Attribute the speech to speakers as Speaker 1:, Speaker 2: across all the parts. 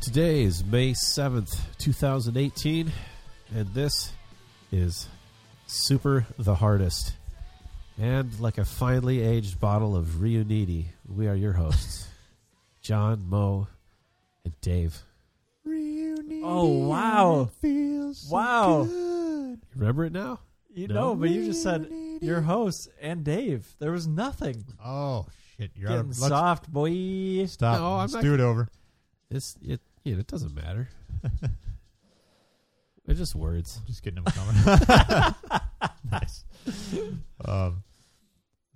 Speaker 1: Today is May 7th, 2018, and this is Super the Hardest. And like a finely aged bottle of Reuniti, we are your hosts, John, Mo, and Dave.
Speaker 2: Oh wow! wow!
Speaker 1: You remember it now?
Speaker 2: You
Speaker 1: No.
Speaker 2: know, but you just said your host and Dave. There was nothing.
Speaker 3: Oh shit! You're out
Speaker 2: Getting
Speaker 3: of luck.
Speaker 2: soft, boy.
Speaker 3: Stop.
Speaker 1: No, I'm
Speaker 3: Let's
Speaker 1: not-
Speaker 3: do it over.
Speaker 1: It's, it, you know, it doesn't matter. They're just words.
Speaker 3: Just getting him coming. nice. Um,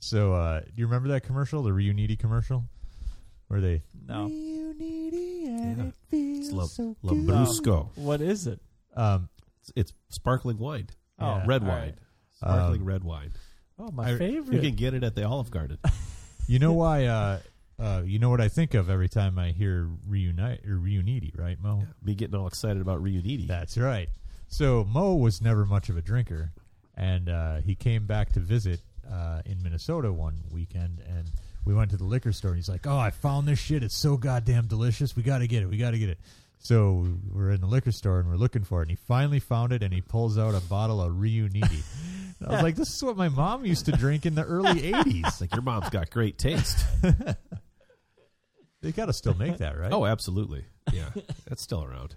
Speaker 3: so, uh, do you remember that commercial, the Reunity commercial, where they
Speaker 2: No.
Speaker 3: Reunity and
Speaker 1: Yeah.
Speaker 3: it feels
Speaker 1: It's La-
Speaker 3: so good.
Speaker 1: Lambrusco.
Speaker 2: What is it? Oh,
Speaker 3: Um,
Speaker 1: It's, it's sparkling wine.
Speaker 3: Yeah.
Speaker 1: red
Speaker 2: all
Speaker 1: wine.
Speaker 2: right.
Speaker 1: Sparkling
Speaker 3: Um,
Speaker 1: red wine.
Speaker 2: Oh, my
Speaker 3: I-
Speaker 1: You
Speaker 2: favorite.
Speaker 1: can get it at the Olive Garden.
Speaker 3: you know why? Uh, uh, you know what I think of every time I hear reunite or Reunity, right, Mo?
Speaker 1: Me getting all excited about Reuniti.
Speaker 3: That's right. So Mo was never much of a drinker, and uh, he came back to visit uh, in Minnesota one weekend, and we went to the liquor store. And he's like, "Oh, I found this shit. It's so goddamn delicious. We got to get it. We got to get it." So we're in the liquor store and we're looking for it, and he finally found it, and he pulls out a bottle of Reuniti. And I was like, "This is what my mom used to drink in the early
Speaker 1: It's
Speaker 3: '80s.
Speaker 1: like your mom's got great taste.
Speaker 3: They got to still make that, right?"
Speaker 1: Oh, absolutely. Yeah, that's still around.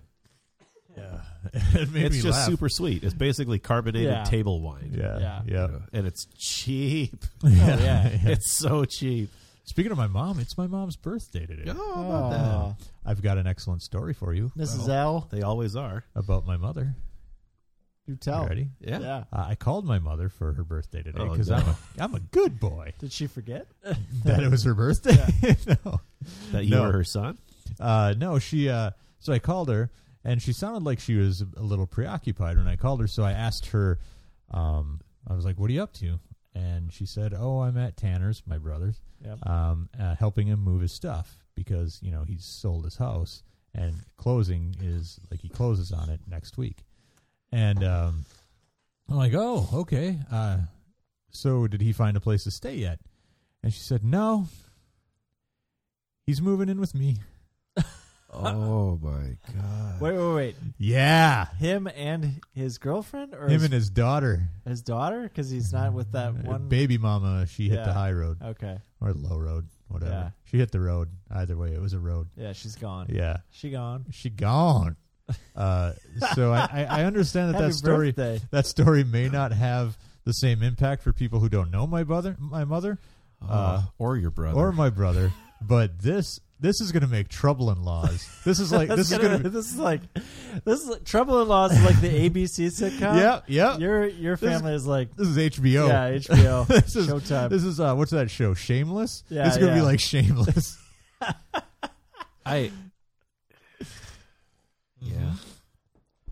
Speaker 3: yeah. it made
Speaker 1: it's
Speaker 3: me
Speaker 1: just
Speaker 3: laugh.
Speaker 1: super sweet. It's basically carbonated
Speaker 2: Yeah.
Speaker 1: table wine.
Speaker 3: Yeah,
Speaker 2: Yeah.
Speaker 3: yeah,
Speaker 1: You know, and it's cheap.
Speaker 3: yeah.
Speaker 2: yeah.
Speaker 1: It's so cheap.
Speaker 3: Speaking of my mom, it's my mom's birthday today.
Speaker 1: Oh, how about that.
Speaker 2: Oh,
Speaker 3: I've got an excellent story for you
Speaker 2: Mrs.
Speaker 1: Well,
Speaker 2: L,
Speaker 1: They always are.
Speaker 3: about my mother.
Speaker 2: you
Speaker 3: You
Speaker 2: tell.
Speaker 3: ready?
Speaker 1: Yeah.
Speaker 2: Yeah.
Speaker 3: Uh, I called my mother for her birthday today
Speaker 1: Oh,
Speaker 3: because
Speaker 1: no.
Speaker 3: I'm, a, I'm a good boy.
Speaker 2: Did she forget?
Speaker 3: that it was her birthday. no,
Speaker 1: That you
Speaker 3: No.
Speaker 1: were her son.
Speaker 3: uh, no, she. Uh, so I called her, and she sounded like she was a little preoccupied when I called her. So I asked her. Um, I was like, "What are you up to?" And she said, "Oh, I'm at Tanner's, my brother's,
Speaker 2: Yep.
Speaker 3: um, uh, helping him move his stuff because you know he's sold his house and closing is like he closes on it next week." And um, I'm like, "Oh, okay. Uh, so did he find a place to stay yet?" And she said, "No." He's moving in with me.
Speaker 1: Oh my god.
Speaker 2: Wait, wait, wait.
Speaker 3: Yeah.
Speaker 2: Him and his girlfriend, or
Speaker 3: Him and
Speaker 2: his,
Speaker 3: Mm-hmm. his daughter.
Speaker 2: his daughter, because he's not with that one.
Speaker 3: Baby mama, she hit the
Speaker 2: Yeah.
Speaker 3: high road
Speaker 2: Okay.
Speaker 3: or the low road, whatever.
Speaker 2: Yeah.
Speaker 3: She hit the road. Either way, it was a road.
Speaker 2: Yeah, she's gone.
Speaker 3: Yeah.
Speaker 2: She gone.
Speaker 3: She gone. Uh, so I, I, I understand that
Speaker 2: Happy
Speaker 3: that story
Speaker 2: birthday.
Speaker 3: that story may not have the same impact for people who don't know my brother, my mother,
Speaker 1: Uh, or your brother.
Speaker 3: or my brother, but this this is going to make trouble in laws. This is like this is
Speaker 2: That's
Speaker 3: going to
Speaker 2: this is like this is like, Trouble in Laws is like the ABC sitcom.
Speaker 3: yeah yeah.
Speaker 2: Your your
Speaker 3: This is-
Speaker 2: family is like
Speaker 3: This is HBO.
Speaker 2: yeah HBO
Speaker 3: This is-
Speaker 2: Showtime.
Speaker 3: This is uh, what's that show? Shameless.
Speaker 2: Yeah,
Speaker 3: it's gonna be
Speaker 2: yeah.
Speaker 3: like Shameless.
Speaker 1: I. Yeah.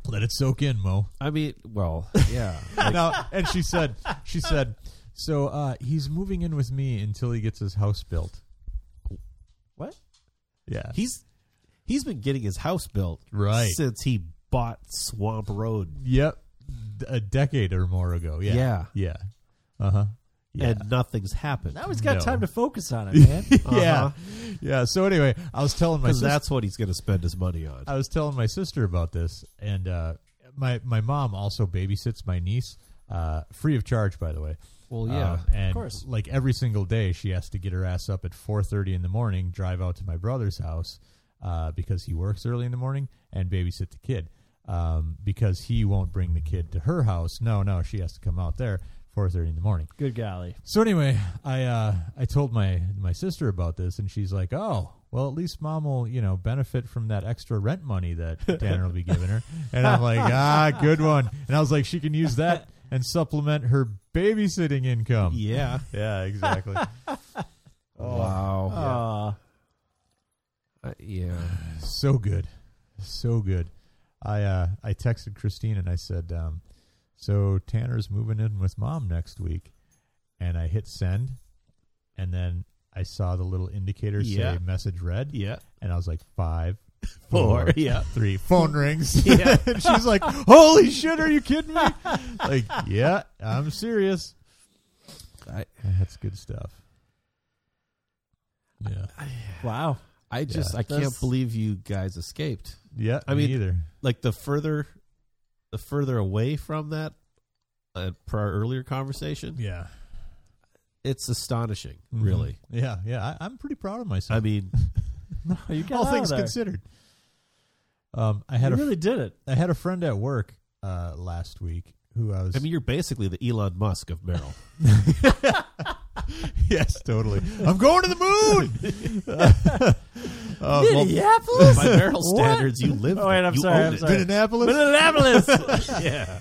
Speaker 3: Let it soak in, Mo.
Speaker 1: I mean, well, yeah. Like,
Speaker 3: Now, and she said, she said, so uh, he's moving in with me until he gets his house built.
Speaker 2: What?
Speaker 3: Yeah,
Speaker 1: he's he's been getting his house built
Speaker 3: Right.
Speaker 1: since he bought Swamp Road
Speaker 3: yep, D- a decade or more ago. Yeah,
Speaker 1: Yeah.
Speaker 3: yeah, uh huh. Yeah.
Speaker 1: and nothing's happened.
Speaker 2: now he's
Speaker 3: No.
Speaker 2: got time to focus on it, man.
Speaker 3: yeah,
Speaker 1: Uh-huh.
Speaker 3: yeah. So anyway, I was telling my
Speaker 1: Because
Speaker 3: sister,
Speaker 1: that's what he's going to spend his money on.
Speaker 3: I was telling my sister about this, and uh, my my mom also babysits my niece, uh, free of charge, by the way.
Speaker 1: Well, yeah,
Speaker 3: Um, and
Speaker 2: course.
Speaker 3: like every single day, she has to get her ass up at four thirty in the morning, drive out to my brother's house uh, because he works early in the morning, and babysit the kid um, because he won't bring the kid to her house. No, no, she has to come out there four thirty in the morning.
Speaker 2: Good golly.
Speaker 3: So anyway, I uh, I told my my sister about this, and she's like, "Oh, well, at least mom will you know benefit from that extra rent money that Tanner will be giving her." And I'm like, "Ah, good one." And I was like, "She can use that and supplement her babysitting income."
Speaker 1: yeah.
Speaker 3: Yeah, exactly. Oh,
Speaker 1: wow.
Speaker 2: Aw.
Speaker 1: Uh, yeah.
Speaker 3: so good, so good. I uh, I texted Christine and I said, um, "So Tanner's moving in with mom next week," and I hit send, and then I saw the little indicator
Speaker 1: Yeah.
Speaker 3: say "message read,"
Speaker 1: Yeah.
Speaker 3: and I was like, five,
Speaker 1: Four,
Speaker 3: four,
Speaker 1: yeah.
Speaker 3: three." Phone rings.
Speaker 1: Yeah.
Speaker 3: and she's like, "Holy shit, are you kidding me?" like, yeah, I'm serious.
Speaker 1: I
Speaker 3: That's good stuff. Yeah.
Speaker 2: wow.
Speaker 1: I just I
Speaker 2: That's-
Speaker 1: can't believe you guys escaped.
Speaker 3: Yeah,
Speaker 1: I
Speaker 3: me
Speaker 1: mean-
Speaker 3: either.
Speaker 1: Like the further, the further away from that, uh, per our earlier conversation,
Speaker 3: Yeah,
Speaker 1: it's astonishing.
Speaker 3: Mm-hmm.
Speaker 1: Really,
Speaker 3: Yeah, yeah. I, I'm pretty proud of myself.
Speaker 1: I mean,
Speaker 2: No, you got
Speaker 3: all
Speaker 2: out
Speaker 3: things
Speaker 2: of there.
Speaker 3: considered. Um, I had
Speaker 2: you
Speaker 3: a
Speaker 2: really did it.
Speaker 3: I had a friend at work uh, last week who I was.
Speaker 1: I mean, you're basically the Elon Musk of Merrill.
Speaker 3: yes, totally. I'm going to the moon. Uh, well,
Speaker 2: Minneapolis?
Speaker 1: By Merrill
Speaker 2: What?
Speaker 1: standards, you live.
Speaker 2: Oh, wait,
Speaker 1: there.
Speaker 2: I'm
Speaker 1: You
Speaker 2: sorry,
Speaker 1: own
Speaker 2: I'm
Speaker 1: it.
Speaker 2: sorry.
Speaker 3: Minneapolis.
Speaker 2: Minneapolis.
Speaker 1: Yeah,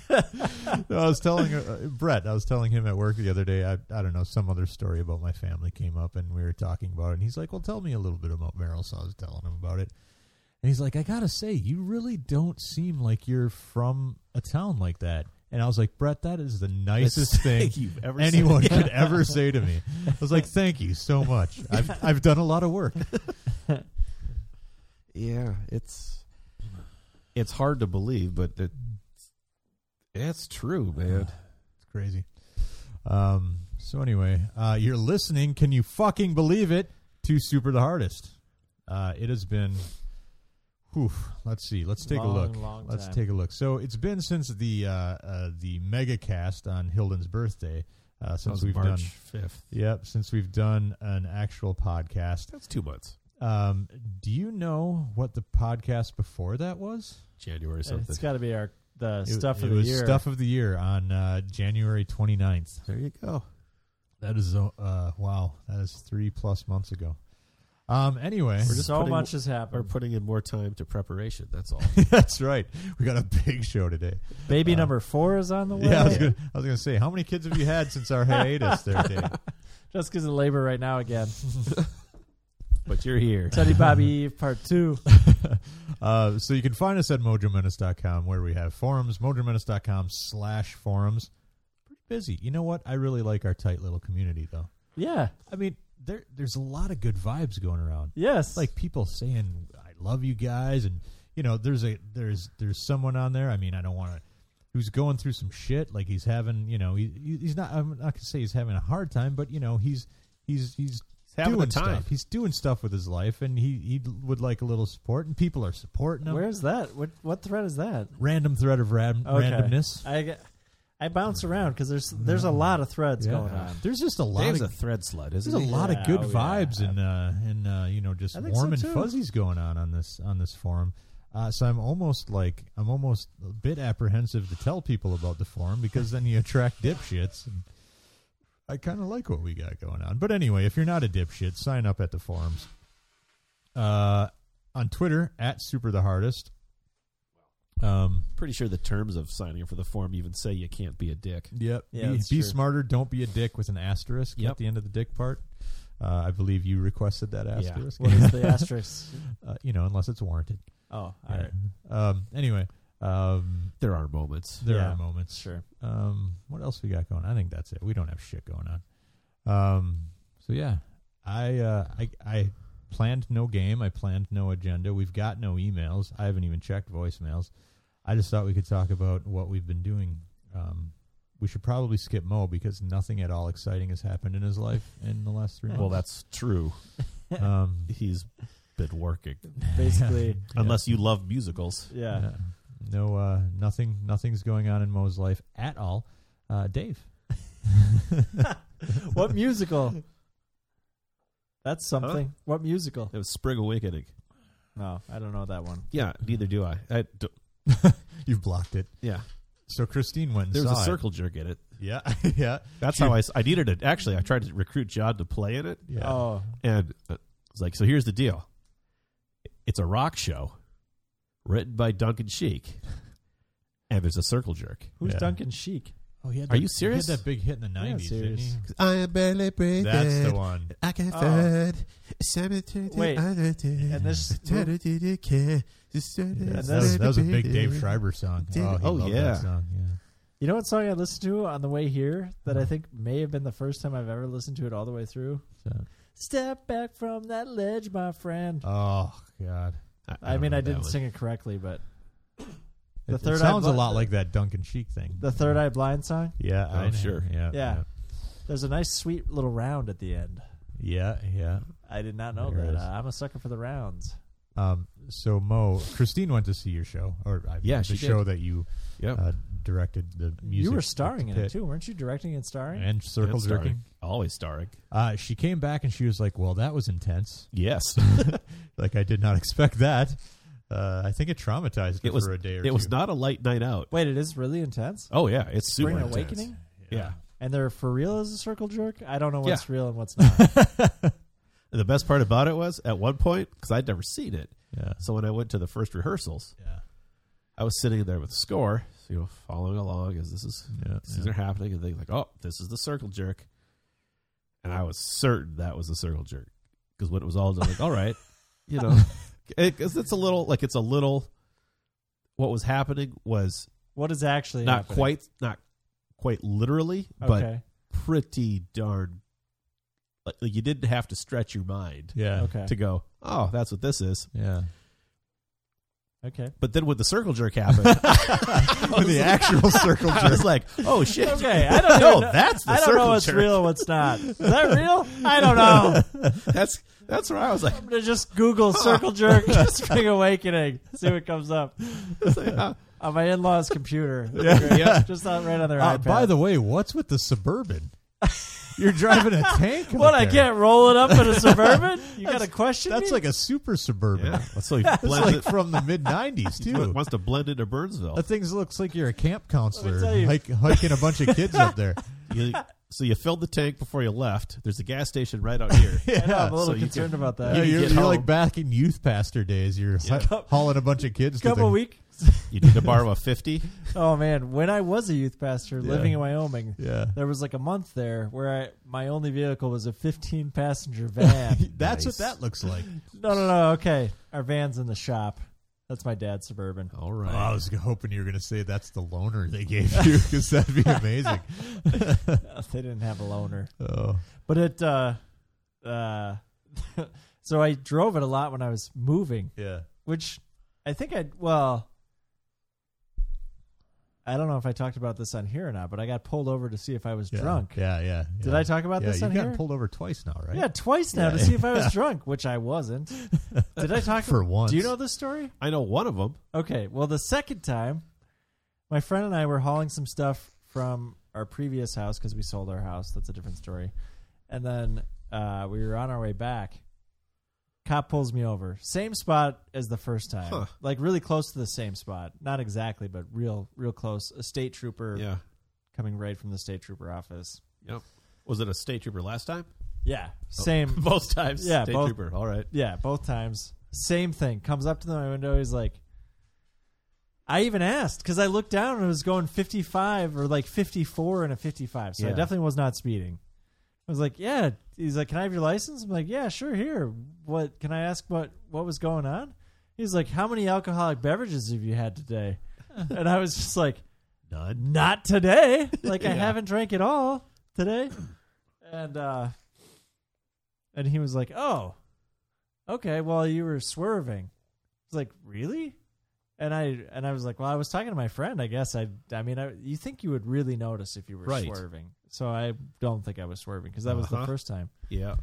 Speaker 3: No, I was telling uh, Brett. I was telling him at work the other day. I I don't know some other story about my family came up and we were talking about it. And he's like, "Well, tell me a little bit about Merrill." So I was telling him about it, and he's like, "I gotta say, you really don't seem like you're from a town like that." And I was like, "Brett, that is the nicest thing
Speaker 1: you've ever seen.
Speaker 3: anyone could ever say to me." I was like, "Thank you so much. I've I've done a lot of work."
Speaker 1: Yeah, it's it's hard to believe, but it, it's true, man.
Speaker 3: It's crazy. Um. So anyway, uh, you're listening. Can you fucking believe it? To super the hardest. Uh, it has been. Whew, let's see. Let's take
Speaker 2: Long,
Speaker 3: a look.
Speaker 2: long
Speaker 3: let's
Speaker 2: time.
Speaker 3: take a look. So it's been since the uh, uh, the mega cast on Hilden's birthday. Uh, since
Speaker 1: was
Speaker 3: we've done.
Speaker 1: March fifth.
Speaker 3: Yep. Since we've done an actual podcast.
Speaker 1: That's two months.
Speaker 3: Um, do you know what the podcast before that was?
Speaker 1: January something.
Speaker 2: it's got to be our the
Speaker 3: It-
Speaker 2: stuff
Speaker 3: it,
Speaker 2: of the
Speaker 3: was
Speaker 2: year.
Speaker 3: Stuff of the year on uh, January 29th.
Speaker 1: there you go.
Speaker 3: That is uh uh, wow. That is three plus months ago. Um. Anyway,
Speaker 1: We're just
Speaker 2: so
Speaker 1: putting-
Speaker 2: much has
Speaker 1: We're
Speaker 2: happened.
Speaker 1: putting in more time to preparation. That's all.
Speaker 3: that's right. We got a big show today.
Speaker 2: Baby
Speaker 3: uh,
Speaker 2: number four is on the way.
Speaker 3: Yeah, I was gonna. I was gonna say, how many kids have you had since our hiatus there, Dave?
Speaker 2: Just because of labor right now again.
Speaker 1: but you're here.
Speaker 2: Teddy Bobby Eve part two.
Speaker 3: Uh, so you can find us at mojomenace.com where we have forums, mojomenace.com slash forums. Pretty busy. You know what? I really like our tight little community though.
Speaker 2: Yeah.
Speaker 3: I mean, there there's a lot of good vibes going around.
Speaker 2: Yes.
Speaker 3: like people saying I love you guys and you know there's a there's there's someone on there I mean I don't want to who's going through some shit like he's having you know he, he- he's not I'm not gonna say he's having a hard time but you know he's he's he's,
Speaker 1: having a
Speaker 3: doing
Speaker 1: time.
Speaker 3: stuff he's doing stuff with his life and he he would like a little support and people are supporting him
Speaker 2: Where's that? What what thread is that?
Speaker 3: random thread of ran-
Speaker 2: Okay.
Speaker 3: randomness
Speaker 2: I get- I bounce around because there's there's a lot of threads going on.
Speaker 3: there's just a lot
Speaker 1: Dave's a
Speaker 3: of
Speaker 1: thread slut, isn't
Speaker 3: there's a
Speaker 1: he?
Speaker 3: lot
Speaker 2: Yeah,
Speaker 3: of good
Speaker 2: oh, yeah.
Speaker 3: vibes and uh, and uh, you know just
Speaker 2: I think
Speaker 3: warm
Speaker 2: so,
Speaker 3: and
Speaker 2: too.
Speaker 3: fuzzies going on on this on this forum. Uh, so I'm almost like I'm almost a bit apprehensive to tell people about the forum because then you attract dipshits. And I kind of like what we got going on, but anyway, if you're not a dipshit, sign up at the forums. Uh, on Twitter at super the hardest. Um.
Speaker 1: Pretty sure the terms of signing up for the form even say you can't be a dick.
Speaker 3: Yep.
Speaker 2: Yeah,
Speaker 3: be
Speaker 2: that's
Speaker 3: be
Speaker 2: true.
Speaker 3: smarter. Don't be a dick with an asterisk
Speaker 1: Yep.
Speaker 3: at the end of the dick part. Uh, I believe you requested that asterisk.
Speaker 2: What is the asterisk?
Speaker 3: uh, you know, unless it's warranted.
Speaker 2: Oh, all
Speaker 3: Yeah.
Speaker 2: right.
Speaker 3: Um, anyway, um,
Speaker 1: There are moments.
Speaker 3: there
Speaker 2: Yeah.
Speaker 3: are moments.
Speaker 2: Sure.
Speaker 3: Um, what else we got going? I think that's it. We don't have shit going on. Um, so yeah, I, uh, I, I planned no game. I planned no agenda. We've got no emails. I haven't even checked voicemails. I just thought we could talk about what we've been doing. Um, we should probably skip Mo because nothing at all exciting has happened in his life in the last three months.
Speaker 1: Well, that's true.
Speaker 3: um,
Speaker 1: He's been working.
Speaker 2: Basically,
Speaker 3: yeah.
Speaker 1: Unless you love musicals.
Speaker 2: yeah.
Speaker 3: Yeah. No, uh, nothing, nothing's going on in Mo's life at all. Uh, Dave,
Speaker 2: What musical? That's something. What musical?
Speaker 1: It was Spring Awakening.
Speaker 2: No, I don't know that one.
Speaker 1: Yeah, neither do I. I don't-
Speaker 3: you've blocked it.
Speaker 1: yeah,
Speaker 3: So Christine went and
Speaker 1: there was
Speaker 3: saw
Speaker 1: a
Speaker 3: it.
Speaker 1: circle jerk in it.
Speaker 3: Yeah, yeah.
Speaker 1: That's
Speaker 3: She-
Speaker 1: how I, s- I needed it. Actually, I tried to recruit John to play in it,
Speaker 3: Yeah.
Speaker 2: Oh,
Speaker 1: and uh, it's like, so here's the deal. It's a rock show, written by Duncan Sheik, and there's a circle jerk.
Speaker 2: who's
Speaker 3: Yeah.
Speaker 2: Duncan Sheik?
Speaker 3: Oh, he had
Speaker 1: Are you serious?
Speaker 3: He had that big hit in the
Speaker 2: Yeah,
Speaker 3: nineties, didn't
Speaker 2: serious.
Speaker 3: he?
Speaker 1: I am barely breathing.
Speaker 3: That's the one.
Speaker 1: I can
Speaker 2: Oh.
Speaker 1: find cemetery.
Speaker 2: Wait, And this
Speaker 3: Yeah, that,
Speaker 2: that's-
Speaker 3: was, that was a big Dave Schreiber song.
Speaker 1: Did-
Speaker 3: he
Speaker 1: oh,
Speaker 3: loved
Speaker 1: yeah.
Speaker 3: that song. Yeah.
Speaker 2: You know what song I listened to on the way here that I think may have been the first time I've ever listened to it all the way through?
Speaker 3: So-
Speaker 2: Step back from that ledge, my friend.
Speaker 3: oh God.
Speaker 2: I, mean,
Speaker 1: don't
Speaker 2: I
Speaker 1: know that
Speaker 2: didn't
Speaker 1: one.
Speaker 2: sing it correctly, but
Speaker 3: It-
Speaker 2: The
Speaker 3: it,
Speaker 2: Third Eye
Speaker 3: sounds a
Speaker 2: Blind-
Speaker 3: lot like that Duncan Sheik thing.
Speaker 2: the Third Eye Blind song,
Speaker 3: Yeah.
Speaker 1: Oh,
Speaker 3: I know.
Speaker 1: sure.
Speaker 3: Yeah.
Speaker 2: Yeah. there's a nice, sweet little round at the end.
Speaker 3: Yeah. Yeah.
Speaker 2: I did not know
Speaker 3: There
Speaker 2: that.
Speaker 3: is.
Speaker 2: Uh, I'm a sucker for the rounds.
Speaker 3: Um, so Mo, Christine went to see your show, or I,
Speaker 1: Yeah,
Speaker 3: the
Speaker 1: she did.
Speaker 3: show that you
Speaker 1: Yep.
Speaker 3: uh, directed the music.
Speaker 2: you were
Speaker 3: at
Speaker 2: starring
Speaker 3: the
Speaker 2: in it
Speaker 3: pit
Speaker 2: too, weren't you? Directing and starring.
Speaker 3: and circle
Speaker 1: And starring.
Speaker 3: jerking.
Speaker 1: Always starring.
Speaker 3: Uh, she came back and she was like, "Well, that was intense.
Speaker 1: Yes.
Speaker 3: Like I did not expect that. Uh, I think it traumatized her
Speaker 1: It was
Speaker 3: for a day or two.
Speaker 1: it was not a light night out.
Speaker 2: Wait, it is really intense.
Speaker 1: Oh yeah, it's super
Speaker 2: Spring
Speaker 1: intense.
Speaker 2: Awakening,
Speaker 1: Yeah.
Speaker 2: and they're for real as a circle jerk. I don't know what's
Speaker 1: Yeah.
Speaker 2: real and what's not.
Speaker 1: And the best part about it was at one point because I'd never seen it.
Speaker 3: yeah,
Speaker 1: So when I went to the first rehearsals,
Speaker 3: yeah,
Speaker 1: I was sitting there with the score, you know, following along as this is
Speaker 3: yeah.
Speaker 1: these are happening, and things like, oh, this is the circle jerk, and I was certain that was the circle jerk because when it was all done, like, all right, you know, because it's a little like it's a little. What was happening was
Speaker 2: what is actually
Speaker 1: not
Speaker 2: happening?
Speaker 1: quite not quite literally, but
Speaker 2: Okay.
Speaker 1: pretty darn. Like like, you didn't have to stretch your mind
Speaker 3: yeah,
Speaker 2: okay.
Speaker 1: to go, oh, that's what this is.
Speaker 3: yeah.
Speaker 2: Okay.
Speaker 1: But then when the circle jerk happened, I was
Speaker 3: the
Speaker 1: like-
Speaker 3: actual circle
Speaker 1: I
Speaker 3: jerk.
Speaker 1: was like, oh shit.
Speaker 2: Okay. I don't even know.
Speaker 1: that's the
Speaker 2: I don't
Speaker 1: circle
Speaker 2: know what's
Speaker 1: jerk.
Speaker 2: real and what's not. Is that real? I don't know.
Speaker 1: That's that's where I was like,
Speaker 2: I'm gonna just Google circle jerk spring awakening. See what comes up on my in-laws' computer.
Speaker 1: yeah.
Speaker 2: Just on right on their
Speaker 3: Uh,
Speaker 2: iPad.
Speaker 3: by the way, what's with the suburban? You're driving a tank.
Speaker 2: what
Speaker 3: up
Speaker 2: I
Speaker 3: there.
Speaker 2: can't roll it up in a suburban? You got a question?
Speaker 3: That's
Speaker 2: me?
Speaker 3: like a super suburban.
Speaker 1: yeah. So he
Speaker 3: It's
Speaker 1: blends
Speaker 3: like from the mid '90s
Speaker 1: it,
Speaker 3: too.
Speaker 1: wants to blend into Burnsville.
Speaker 3: That thing looks like you're a camp counselor,
Speaker 2: tell you.
Speaker 3: hike, hiking a bunch of kids up there.
Speaker 1: You- so you filled the tank before you left. There's a gas station right out here.
Speaker 2: I know, I'm a little
Speaker 1: so you
Speaker 2: concerned about that.
Speaker 3: Yeah,
Speaker 1: You
Speaker 3: you're
Speaker 1: get
Speaker 3: you're
Speaker 1: home.
Speaker 3: like back in youth pastor days. You're
Speaker 1: Yeah.
Speaker 3: ha- hauling a bunch of kids. to
Speaker 2: couple
Speaker 3: the,
Speaker 2: weeks.
Speaker 1: You need to borrow a fifty.
Speaker 2: Oh man, when I was a youth pastor living in Wyoming,
Speaker 3: Yeah,
Speaker 2: there was like a month there where I, my only vehicle was a 15 passenger van.
Speaker 3: that's
Speaker 1: Nice.
Speaker 3: what that looks like.
Speaker 2: no, no, no. Okay, our van's in the shop. That's my dad's suburban.
Speaker 1: All
Speaker 3: Oh, I
Speaker 1: right.
Speaker 3: was hoping you were going to say that's the loner they gave you because that'd be amazing.
Speaker 2: they didn't have a loaner,
Speaker 3: oh,
Speaker 2: but it. uh uh So I drove it a lot when I was moving,
Speaker 3: yeah,
Speaker 2: which I think I well. I don't know if I talked about this on here or not, but I got pulled over to see if I was
Speaker 3: yeah,
Speaker 2: drunk.
Speaker 3: Yeah, yeah.
Speaker 2: Did
Speaker 3: yeah.
Speaker 2: I talk about
Speaker 3: yeah,
Speaker 2: this
Speaker 3: You've
Speaker 2: on
Speaker 3: gotten
Speaker 2: here?
Speaker 3: pulled over twice now, right?
Speaker 2: Yeah, twice now
Speaker 3: Yeah.
Speaker 2: to see if I was drunk, which I wasn't. Did I talk
Speaker 3: for once.
Speaker 2: Do you know this story?
Speaker 1: I know one of them.
Speaker 2: Okay. Well, the second time, my friend and I were hauling some stuff from our previous house because we sold our house. That's a different story. And then uh, we were on our way back. Cop pulls me over. Same spot as the first time.
Speaker 1: Huh.
Speaker 2: Like really close to the same spot. Not exactly, but real, real close. A state trooper
Speaker 1: Yeah.
Speaker 2: coming right from the state trooper office.
Speaker 1: Yep. Was it a state trooper last time?
Speaker 2: Yeah. Same.
Speaker 1: Both times.
Speaker 2: Yeah,
Speaker 1: State
Speaker 2: both-
Speaker 1: trooper. All right.
Speaker 2: Yeah, both times. Same thing. Comes up to my window. He's like, I even asked because I looked down and it was going 55 or like 54 and a 55. So I
Speaker 1: Yeah.
Speaker 2: definitely was not speeding. I was like, yeah. He's like, can I have your license? I'm like, yeah, sure. Here. What can I ask? What what was going on? He's like, how many alcoholic beverages have you had today? and I was just like,
Speaker 1: None.
Speaker 2: not today. Like I
Speaker 1: Yeah.
Speaker 2: haven't drank at all today. And uh and he was like, "Oh. Okay, well you were swerving." I was like, "Really?" And I and I was like, "Well, I was talking to my friend, I guess. I I mean, I, you think you would really notice if you were
Speaker 1: Right.
Speaker 2: swerving." So I don't think I was swerving because that was the
Speaker 1: Uh-huh.
Speaker 2: first time.
Speaker 1: Yeah.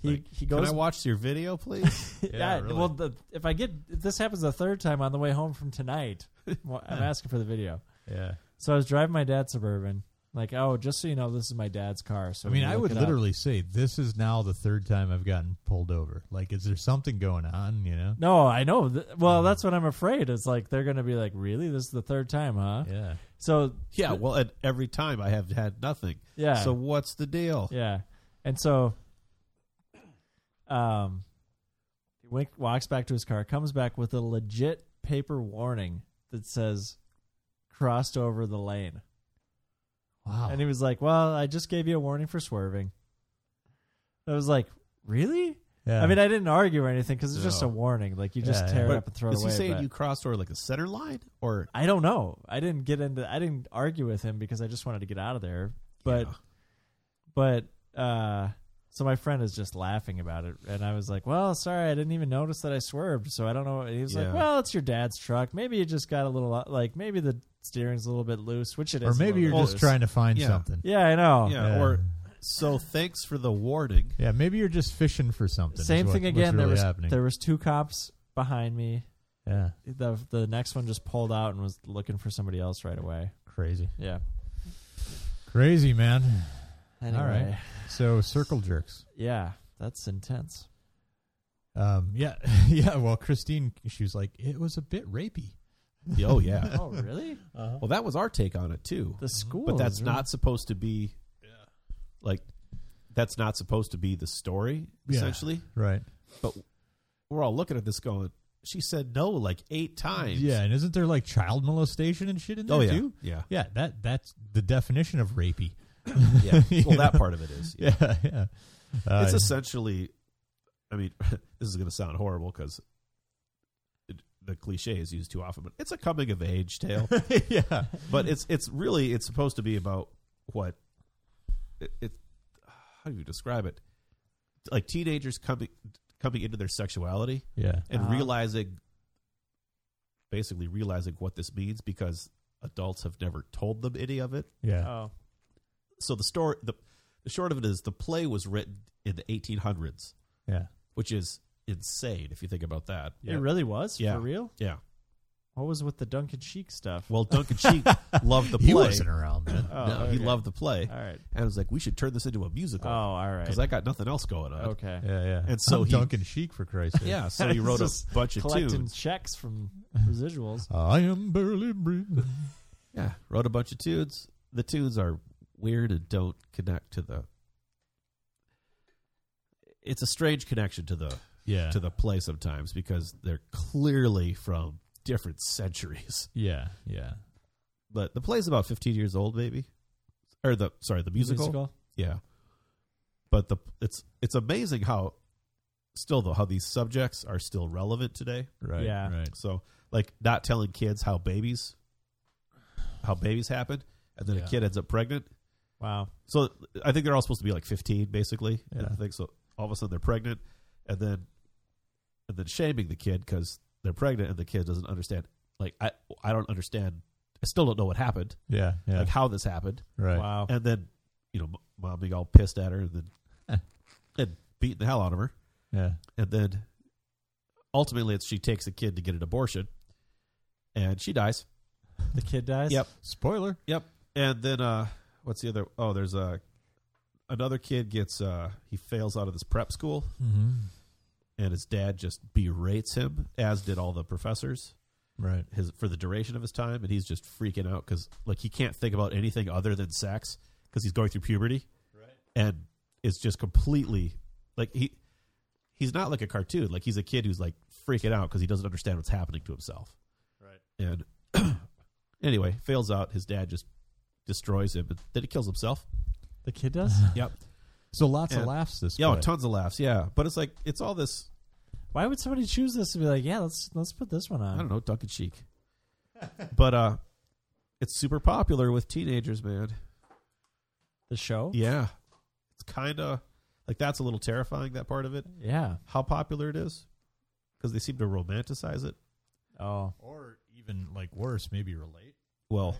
Speaker 2: He
Speaker 1: Like,
Speaker 2: he
Speaker 1: Can
Speaker 2: goes
Speaker 1: I watch your video, please?
Speaker 2: yeah,
Speaker 3: really.
Speaker 2: well, the, if I get if this happens the third time on the way home from tonight, well, I'm asking for the video.
Speaker 3: Yeah.
Speaker 2: So I was driving my dad's suburban. Like, oh, just so you know, this is my dad's car. So
Speaker 3: I mean,
Speaker 2: you
Speaker 3: I
Speaker 2: look
Speaker 3: would
Speaker 2: it up.
Speaker 3: literally say this is now the third time I've gotten pulled over. Like, is there something going on? You know?
Speaker 2: No, I know. Th-
Speaker 3: Mm-hmm.
Speaker 2: Well, that's what I'm afraid. It's like they're gonna be like, really, this is the third time, huh?
Speaker 3: Yeah.
Speaker 2: So
Speaker 1: yeah. Well, at every time I have had nothing.
Speaker 2: yeah,
Speaker 1: So what's the deal?
Speaker 2: yeah, and so, um, Wink walks back to his car, comes back with a legit paper warning that says crossed over the lane,
Speaker 3: Wow.
Speaker 2: and he was like, "Well, I just gave you a warning for swerving." I was like, "Really?"
Speaker 3: Yeah.
Speaker 2: I mean, I didn't argue or anything because it's just
Speaker 1: No.
Speaker 2: a warning. Like you just
Speaker 3: Yeah,
Speaker 2: tear
Speaker 3: yeah.
Speaker 2: it up and throw
Speaker 1: Is
Speaker 2: it away.
Speaker 1: he saying
Speaker 2: but
Speaker 1: you crossed over like a center line or?
Speaker 2: I don't know. I didn't get into. I didn't argue with him because I just wanted to get out of there. But
Speaker 1: Yeah.
Speaker 2: but uh, so my friend is just laughing about it, and I was like, "Well, sorry, I didn't even notice that I swerved." So I don't know. And he was like,
Speaker 1: Yeah.
Speaker 2: "Well, it's your dad's truck. Maybe you just got a little like maybe the steering's a little bit loose, which it is.
Speaker 3: or
Speaker 2: a
Speaker 3: maybe
Speaker 2: little
Speaker 3: you're
Speaker 2: bit
Speaker 3: just
Speaker 2: loose.
Speaker 3: trying to find
Speaker 1: Yeah.
Speaker 3: something.
Speaker 2: Yeah, I know.
Speaker 1: yeah.
Speaker 3: Yeah.
Speaker 1: Or so thanks for the warning.
Speaker 3: Yeah, maybe you're just fishing for something. is
Speaker 2: Same
Speaker 3: what-
Speaker 2: thing
Speaker 3: what's
Speaker 2: again.
Speaker 3: Really
Speaker 2: there was
Speaker 3: happening.
Speaker 2: there was two cops behind me.
Speaker 3: Yeah,
Speaker 2: The the next one just pulled out and was looking for somebody else right away.
Speaker 3: crazy,
Speaker 2: Yeah.
Speaker 3: crazy man.
Speaker 2: Anyway,
Speaker 3: right. So circle jerks.
Speaker 2: yeah, that's intense.
Speaker 3: Um, yeah, yeah. Well, Christine, she was like, it was a bit rapey.
Speaker 1: Oh yeah.
Speaker 2: Oh, really?
Speaker 1: well, that was our take on it too.
Speaker 2: The school,
Speaker 1: But that's
Speaker 2: is Oh, really-
Speaker 1: not supposed to be like that's not supposed to be the story
Speaker 3: Yeah.
Speaker 1: essentially.
Speaker 3: Right.
Speaker 1: We're all looking at this going, she said no like 8 times.
Speaker 3: Yeah, and isn't there like child molestation and shit in there
Speaker 1: Oh yeah.
Speaker 3: too?
Speaker 1: Yeah.
Speaker 3: Yeah, that that's the definition of rapey.
Speaker 1: Yeah. Well,
Speaker 3: You
Speaker 1: that
Speaker 3: know?
Speaker 1: part of it is. Yeah.
Speaker 3: Yeah, yeah. Uh,
Speaker 1: it's essentially I mean, this is going to sound horrible cuz the cliche is used too often, but it's a coming of age tale.
Speaker 3: yeah,
Speaker 1: but it's it's really it's supposed to be about what it, it how do you describe it like teenagers coming coming into their sexuality
Speaker 3: yeah,
Speaker 1: and
Speaker 2: Uh-huh.
Speaker 1: realizing basically realizing what this means because adults have never told them any of it
Speaker 3: yeah.
Speaker 2: Oh,
Speaker 1: so the story the, the short of it is the play was written in the 1800s
Speaker 3: yeah.
Speaker 1: which is insane if you think about that
Speaker 3: Yeah.
Speaker 2: it really was
Speaker 1: Yeah.
Speaker 2: for real.
Speaker 1: yeah
Speaker 2: What was with the Duncan Sheik stuff?
Speaker 1: well duncan sheik loved the play
Speaker 3: He wasn't around then.
Speaker 2: oh,
Speaker 1: no he
Speaker 2: okay.
Speaker 1: loved the play
Speaker 2: All right.
Speaker 1: and I was like we should turn this into a
Speaker 2: Oh,
Speaker 1: musical
Speaker 2: all right.
Speaker 1: because I got nothing else going on.
Speaker 2: okay.
Speaker 3: Yeah, yeah.
Speaker 1: And so
Speaker 3: I'm
Speaker 1: he-
Speaker 3: Duncan Sheik for Christ's sake.
Speaker 1: Yeah, so he wrote a
Speaker 2: Just
Speaker 1: bunch of
Speaker 2: Collecting
Speaker 1: tunes.
Speaker 2: checks from residuals.
Speaker 3: I am barely breathing.
Speaker 1: Yeah, wrote a bunch of tunes. The tunes are weird and don't connect to the. It's a strange connection to the
Speaker 3: Yeah,
Speaker 1: to the play sometimes because they're clearly from different centuries.
Speaker 3: yeah, yeah.
Speaker 1: But the play's about fifteen years old, maybe, or the sorry, the musical. Yeah, but the it's it's amazing how still though how these subjects are still relevant today.
Speaker 3: Right.
Speaker 2: Yeah.
Speaker 3: Right.
Speaker 1: So like not telling kids how babies how babies happen and then
Speaker 3: Yeah.
Speaker 1: a kid ends up pregnant.
Speaker 2: Wow.
Speaker 1: So I think they're all supposed to be like 15 basically.
Speaker 3: Yeah.
Speaker 1: I think so all of a sudden they're pregnant and then and then shaming the kid cuz they're pregnant and the kid doesn't understand like I I don't understand I still don't know what happened.
Speaker 3: Yeah. Yeah.
Speaker 1: Like how this happened.
Speaker 3: right.
Speaker 2: Wow.
Speaker 1: And then you know m- mom being all pissed at her and then and beating the hell out of her
Speaker 3: Yeah.
Speaker 1: and then ultimately it's she takes a kid to get an abortion and she dies
Speaker 2: The kid dies.
Speaker 1: Yep.
Speaker 3: Spoiler.
Speaker 1: and then uh what's the other oh there's a another kid gets uh he fails out of this prep school
Speaker 3: Mm-hmm.
Speaker 1: and his dad just berates him as did all the professors
Speaker 3: Right.
Speaker 1: his for the duration of his time and he's just freaking out because like he can't think about anything other than sex because he's going through puberty right and it's just completely like he he's not like a cartoon like he's a kid who's like freaking out because he doesn't understand what's happening to himself right and anyway fails out his dad just destroys him but then he kills himself
Speaker 2: The kid does.
Speaker 1: yep
Speaker 3: So lots of
Speaker 1: And-
Speaker 3: laughs this
Speaker 1: yeah oh,
Speaker 3: play.
Speaker 1: tons of laughs yeah but it's like it's all this
Speaker 2: Why would somebody choose this to be like, yeah, let's let's put this one on?
Speaker 1: I don't know, Duncan Sheik. but uh it's super popular with teenagers, man.
Speaker 2: The show.
Speaker 1: Yeah. It's kind of like that's a little terrifying that part of it.
Speaker 2: Yeah.
Speaker 1: How popular it is because they seem to romanticize it.
Speaker 2: Oh.
Speaker 3: Or even like worse, maybe relate.
Speaker 1: Well,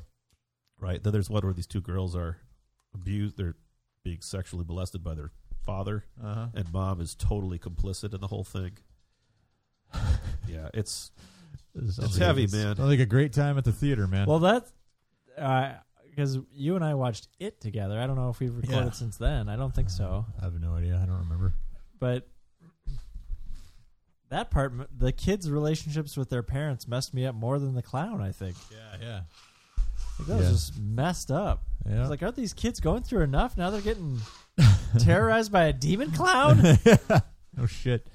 Speaker 1: right. Then there's one where these two girls are abused, they're being sexually molested by their father
Speaker 3: Uh huh.
Speaker 1: and mom is totally complicit in the whole thing. yeah, it's It's heavy, man.
Speaker 3: Sounds like a great time at the theater, man.
Speaker 2: Well, that's because you and I watched it together. I don't know if we've recorded
Speaker 3: Yeah. Uh-huh.
Speaker 2: since then. I don't think so.
Speaker 3: I have no idea. I don't remember.
Speaker 2: But that part, m- the kids' relationships with their parents messed me up more than the clown. I think
Speaker 3: Yeah, yeah,
Speaker 2: like, that was
Speaker 3: Yeah.
Speaker 2: just messed up.
Speaker 3: yeah.
Speaker 2: I was like, aren't these kids going through enough? Now they're getting terrorized by a demon clown.
Speaker 3: oh shit.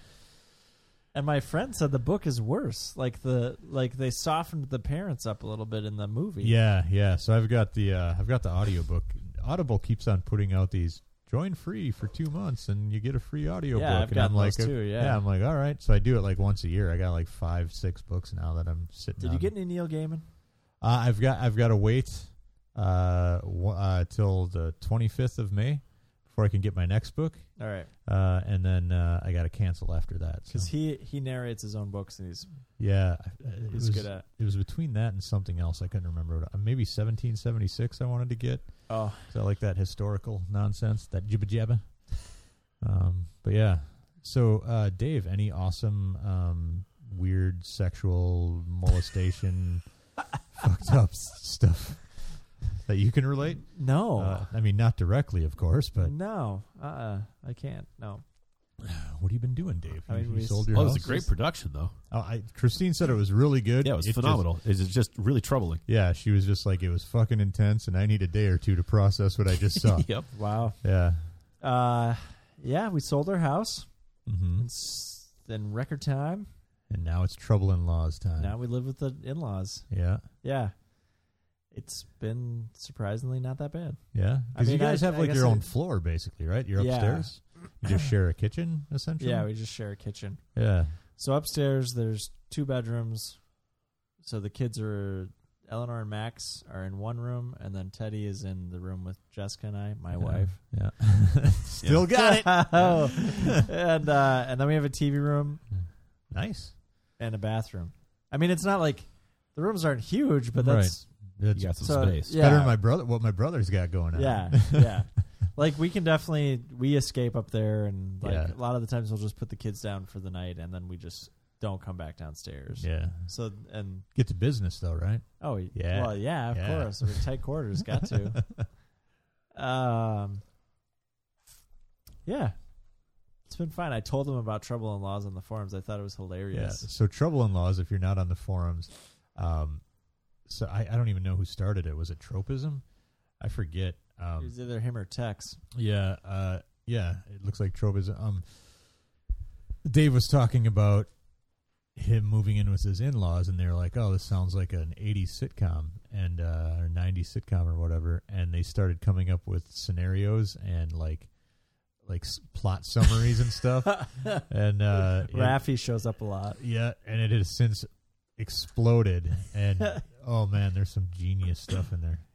Speaker 2: and my friend said the book is worse. Like the like they softened the parents up a little bit in the movie.
Speaker 3: Yeah, yeah. So I've got the uh, I've got the audiobook. Audible keeps on putting out these join free for two months and you get a free audiobook.
Speaker 2: I've
Speaker 3: and
Speaker 2: gotten
Speaker 3: I'm like,
Speaker 2: those too, yeah.
Speaker 3: I'm like, all right. So I do it like once a year. I got like five, six books now that I'm sitting.
Speaker 2: Did you
Speaker 3: on.
Speaker 2: get any Neil Gaiman?
Speaker 3: Uh, I've got I've got to wait uh, w- uh till the 25th of May before I can get my next book.
Speaker 2: All right,
Speaker 3: Uh, and then uh, I got to cancel after that. So.
Speaker 2: because he he narrates his own books and he's
Speaker 3: yeah, I- uh, it
Speaker 2: he's
Speaker 3: was,
Speaker 2: good at.
Speaker 3: it was between that and something else. I couldn't remember. What, uh, maybe 1776. I wanted to get.
Speaker 2: Oh,
Speaker 3: So I like that historical nonsense, that jibba jabba. Um, but yeah. So uh, Dave, any awesome um, weird sexual molestation, fucked up s- stuff that you can relate.
Speaker 2: No.
Speaker 3: Uh, I mean, not directly, of course, but
Speaker 2: no. Uh. uh I can't. No.
Speaker 3: what have you been doing, Dave?
Speaker 2: I mean,
Speaker 3: you
Speaker 2: we-
Speaker 3: sold your
Speaker 1: Well, oh, it was
Speaker 3: house?
Speaker 1: a great production, though.
Speaker 3: Oh, I, Christine said it was really good.
Speaker 1: Yeah, it was
Speaker 3: just-
Speaker 1: phenomenal. It's it's just really troubling.
Speaker 3: yeah, she was just like, it was fucking intense, and I need a day or two to process what I just saw.
Speaker 1: yep.
Speaker 2: Wow.
Speaker 3: yeah.
Speaker 2: Uh. Yeah. We sold our house
Speaker 3: hmm
Speaker 2: in, s- in record time.
Speaker 3: And now it's trouble in laws time.
Speaker 2: Now we live with the in-laws.
Speaker 3: yeah.
Speaker 2: Yeah. It's been surprisingly not that bad.
Speaker 3: Yeah,
Speaker 2: I
Speaker 3: because you
Speaker 2: mean, I-
Speaker 3: guys have
Speaker 2: I
Speaker 3: like
Speaker 2: guess
Speaker 3: your
Speaker 2: I-
Speaker 3: own floor, basically, right? You're
Speaker 2: Yeah.
Speaker 3: upstairs. You just share a kitchen, essentially.
Speaker 2: Yeah. We just share a kitchen.
Speaker 3: yeah.
Speaker 2: So upstairs there's two bedrooms. So the kids are Eleanor and Max are in one room, and then Teddy is in the room with Jessica and I, my
Speaker 3: Yeah.
Speaker 2: wife.
Speaker 3: Yeah.
Speaker 1: Still
Speaker 2: got it. and uh, and then we have a TV room
Speaker 3: nice.
Speaker 2: and a bathroom. I mean, it's not like the rooms aren't huge, but that's
Speaker 3: That's
Speaker 1: you got some
Speaker 2: so,
Speaker 1: space.
Speaker 2: yeah.
Speaker 3: better than my brother. What my brother's got going on.
Speaker 2: yeah, yeah. Like we can definitely we escape up there, and like
Speaker 3: Yeah.
Speaker 2: a lot of the times we'll just put the kids down for the night, and then we just don't come back downstairs.
Speaker 3: yeah.
Speaker 2: So and
Speaker 3: Get to business though, right?
Speaker 2: Oh
Speaker 3: Yeah.
Speaker 2: yeah. Well, yeah, of
Speaker 3: Yeah.
Speaker 2: course. With tight quarters, got to. um, yeah, it's been fine. I told them about trouble in laws on the forums. I thought it was hilarious.
Speaker 3: So trouble in laws. If you're not on the forums, um, so I, I don't even know who started it. Was it tropism? I forget.
Speaker 2: It
Speaker 3: Um,
Speaker 2: was either him or Tex.
Speaker 3: Yeah, uh, yeah. It looks like tropism. Um, Dave was talking about him moving in with his in-laws, and they were like, "Oh, this sounds like an '80s sitcom and uh, or '90s sitcom or whatever." And they started coming up with scenarios and like like s- plot summaries and stuff. And uh, it-
Speaker 2: Raffy shows up a lot.
Speaker 3: yeah, and it has since exploded. And oh man, there's some genius stuff in there.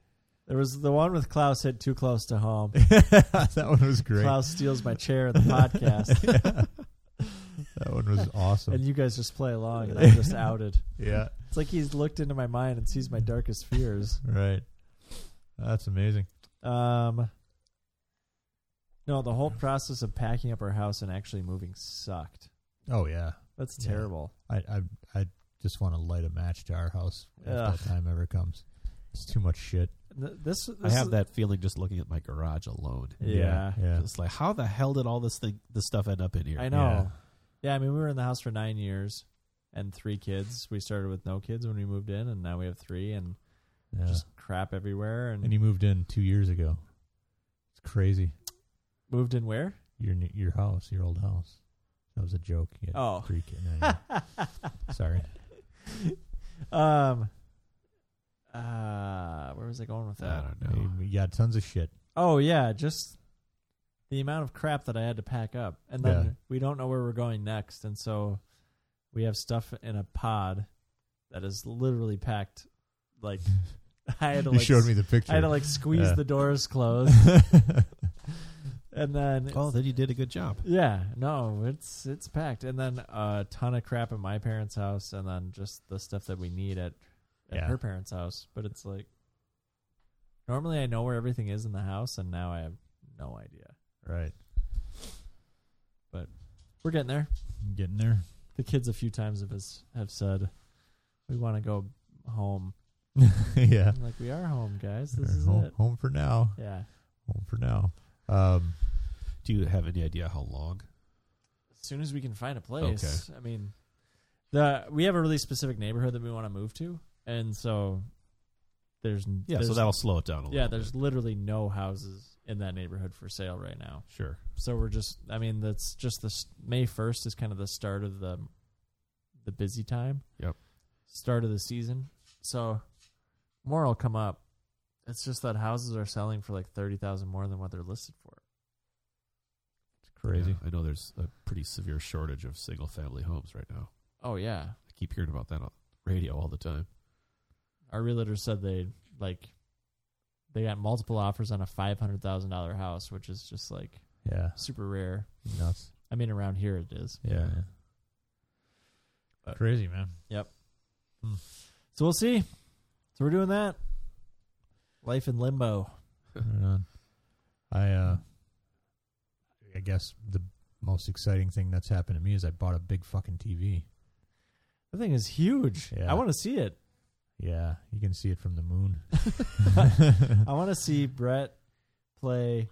Speaker 2: There was the one with Klaus hit too close to home.
Speaker 3: that one was great.
Speaker 2: Klaus steals my chair in the podcast,
Speaker 3: Yeah. That one was awesome.
Speaker 2: and you guys just play along, and I'm just outed.
Speaker 3: yeah,
Speaker 2: It's like he's looked into my mind and sees my darkest fears.
Speaker 3: right. That's amazing.
Speaker 2: Um, no, the whole process of packing up our house and actually moving sucked.
Speaker 3: Oh yeah,
Speaker 2: That's
Speaker 3: Yeah.
Speaker 2: terrible.
Speaker 3: I I, I just want to light a match to our house if
Speaker 2: Ugh.
Speaker 3: that time ever comes. It's too much shit.
Speaker 2: Th- This, this
Speaker 1: I have
Speaker 2: is-
Speaker 1: that feeling just looking at my garage alone.
Speaker 2: Yeah,
Speaker 3: yeah.
Speaker 1: It's like, how the hell did all this thing, this stuff end up in here?
Speaker 2: I know. Yeah. I mean, we were in the house for nine years and three kids. We started with no kids when we moved in, and now we have three, and
Speaker 3: Yeah.
Speaker 2: just crap everywhere. And,
Speaker 3: and you moved in two years ago. It's crazy.
Speaker 2: moved in where?
Speaker 3: Your new- your house, your old house. That was a joke. You had
Speaker 2: Oh,
Speaker 3: three kids. No, yeah. Sorry.
Speaker 2: um, uh, where was I going with
Speaker 1: I
Speaker 2: that?
Speaker 1: don't know.
Speaker 3: You- You got tons of shit.
Speaker 2: Oh yeah, just the amount of crap that I had to pack up, and then
Speaker 3: Yeah.
Speaker 2: we don't know where we're going next, and so we have stuff in a pod that is literally packed. Like I had to
Speaker 3: you
Speaker 2: like
Speaker 3: showed me the picture.
Speaker 2: I had to like squeeze
Speaker 3: Yeah.
Speaker 2: the doors closed, and then
Speaker 1: Oh, then you did a good job.
Speaker 2: yeah, no, it's it's packed, and then a ton of crap at my parents' house, and then just the stuff that we need at at
Speaker 3: Yeah.
Speaker 2: her parents' house. But it's like normally I know where everything is in the house, and now I have no idea.
Speaker 3: right.
Speaker 2: We're getting there.
Speaker 3: Getting there.
Speaker 2: The kids a few times have us have said we want to go home.
Speaker 3: yeah.
Speaker 2: I'm like we are home, guys. This
Speaker 3: Or
Speaker 2: is
Speaker 3: home,
Speaker 2: it.
Speaker 3: home for now.
Speaker 2: Yeah,
Speaker 3: Home for now. Um,
Speaker 1: Do you have any idea how long?
Speaker 2: as soon as we can find a place. I mean, the we have a really specific neighborhood that we want to move to, and so there's
Speaker 1: Yeah, so
Speaker 2: there's-
Speaker 1: that'll slow it down a little.
Speaker 2: yeah. There's
Speaker 1: bit.
Speaker 2: literally no houses in that neighborhood for sale right now.
Speaker 1: sure.
Speaker 2: So we're just. I mean, that's just the s- May first is kind of the start of the the busy time.
Speaker 1: Yep.
Speaker 2: Start of the season. So more will come up. It's just that houses are selling for like thirty thousand more than what they're listed for.
Speaker 3: it's crazy.
Speaker 1: Yeah, I know there's a pretty severe shortage of single family homes right now.
Speaker 2: Oh yeah,
Speaker 1: I keep hearing about that on radio all the time.
Speaker 2: our realtor said they like they got multiple offers on a five hundred thousand dollar house, which is just like
Speaker 3: Yeah.
Speaker 2: super rare.
Speaker 3: Nuts.
Speaker 2: I mean, around here it is.
Speaker 3: Yeah.
Speaker 2: But-
Speaker 3: crazy, man.
Speaker 2: So we'll see. So we're doing that. Life in limbo.
Speaker 3: Right on. I uh I guess the most exciting thing that's happened to me is I bought a big fucking TV.
Speaker 2: That thing is huge.
Speaker 3: Yeah.
Speaker 2: I want to see it.
Speaker 3: Yeah, you can see it from the moon.
Speaker 2: I want to see Brett play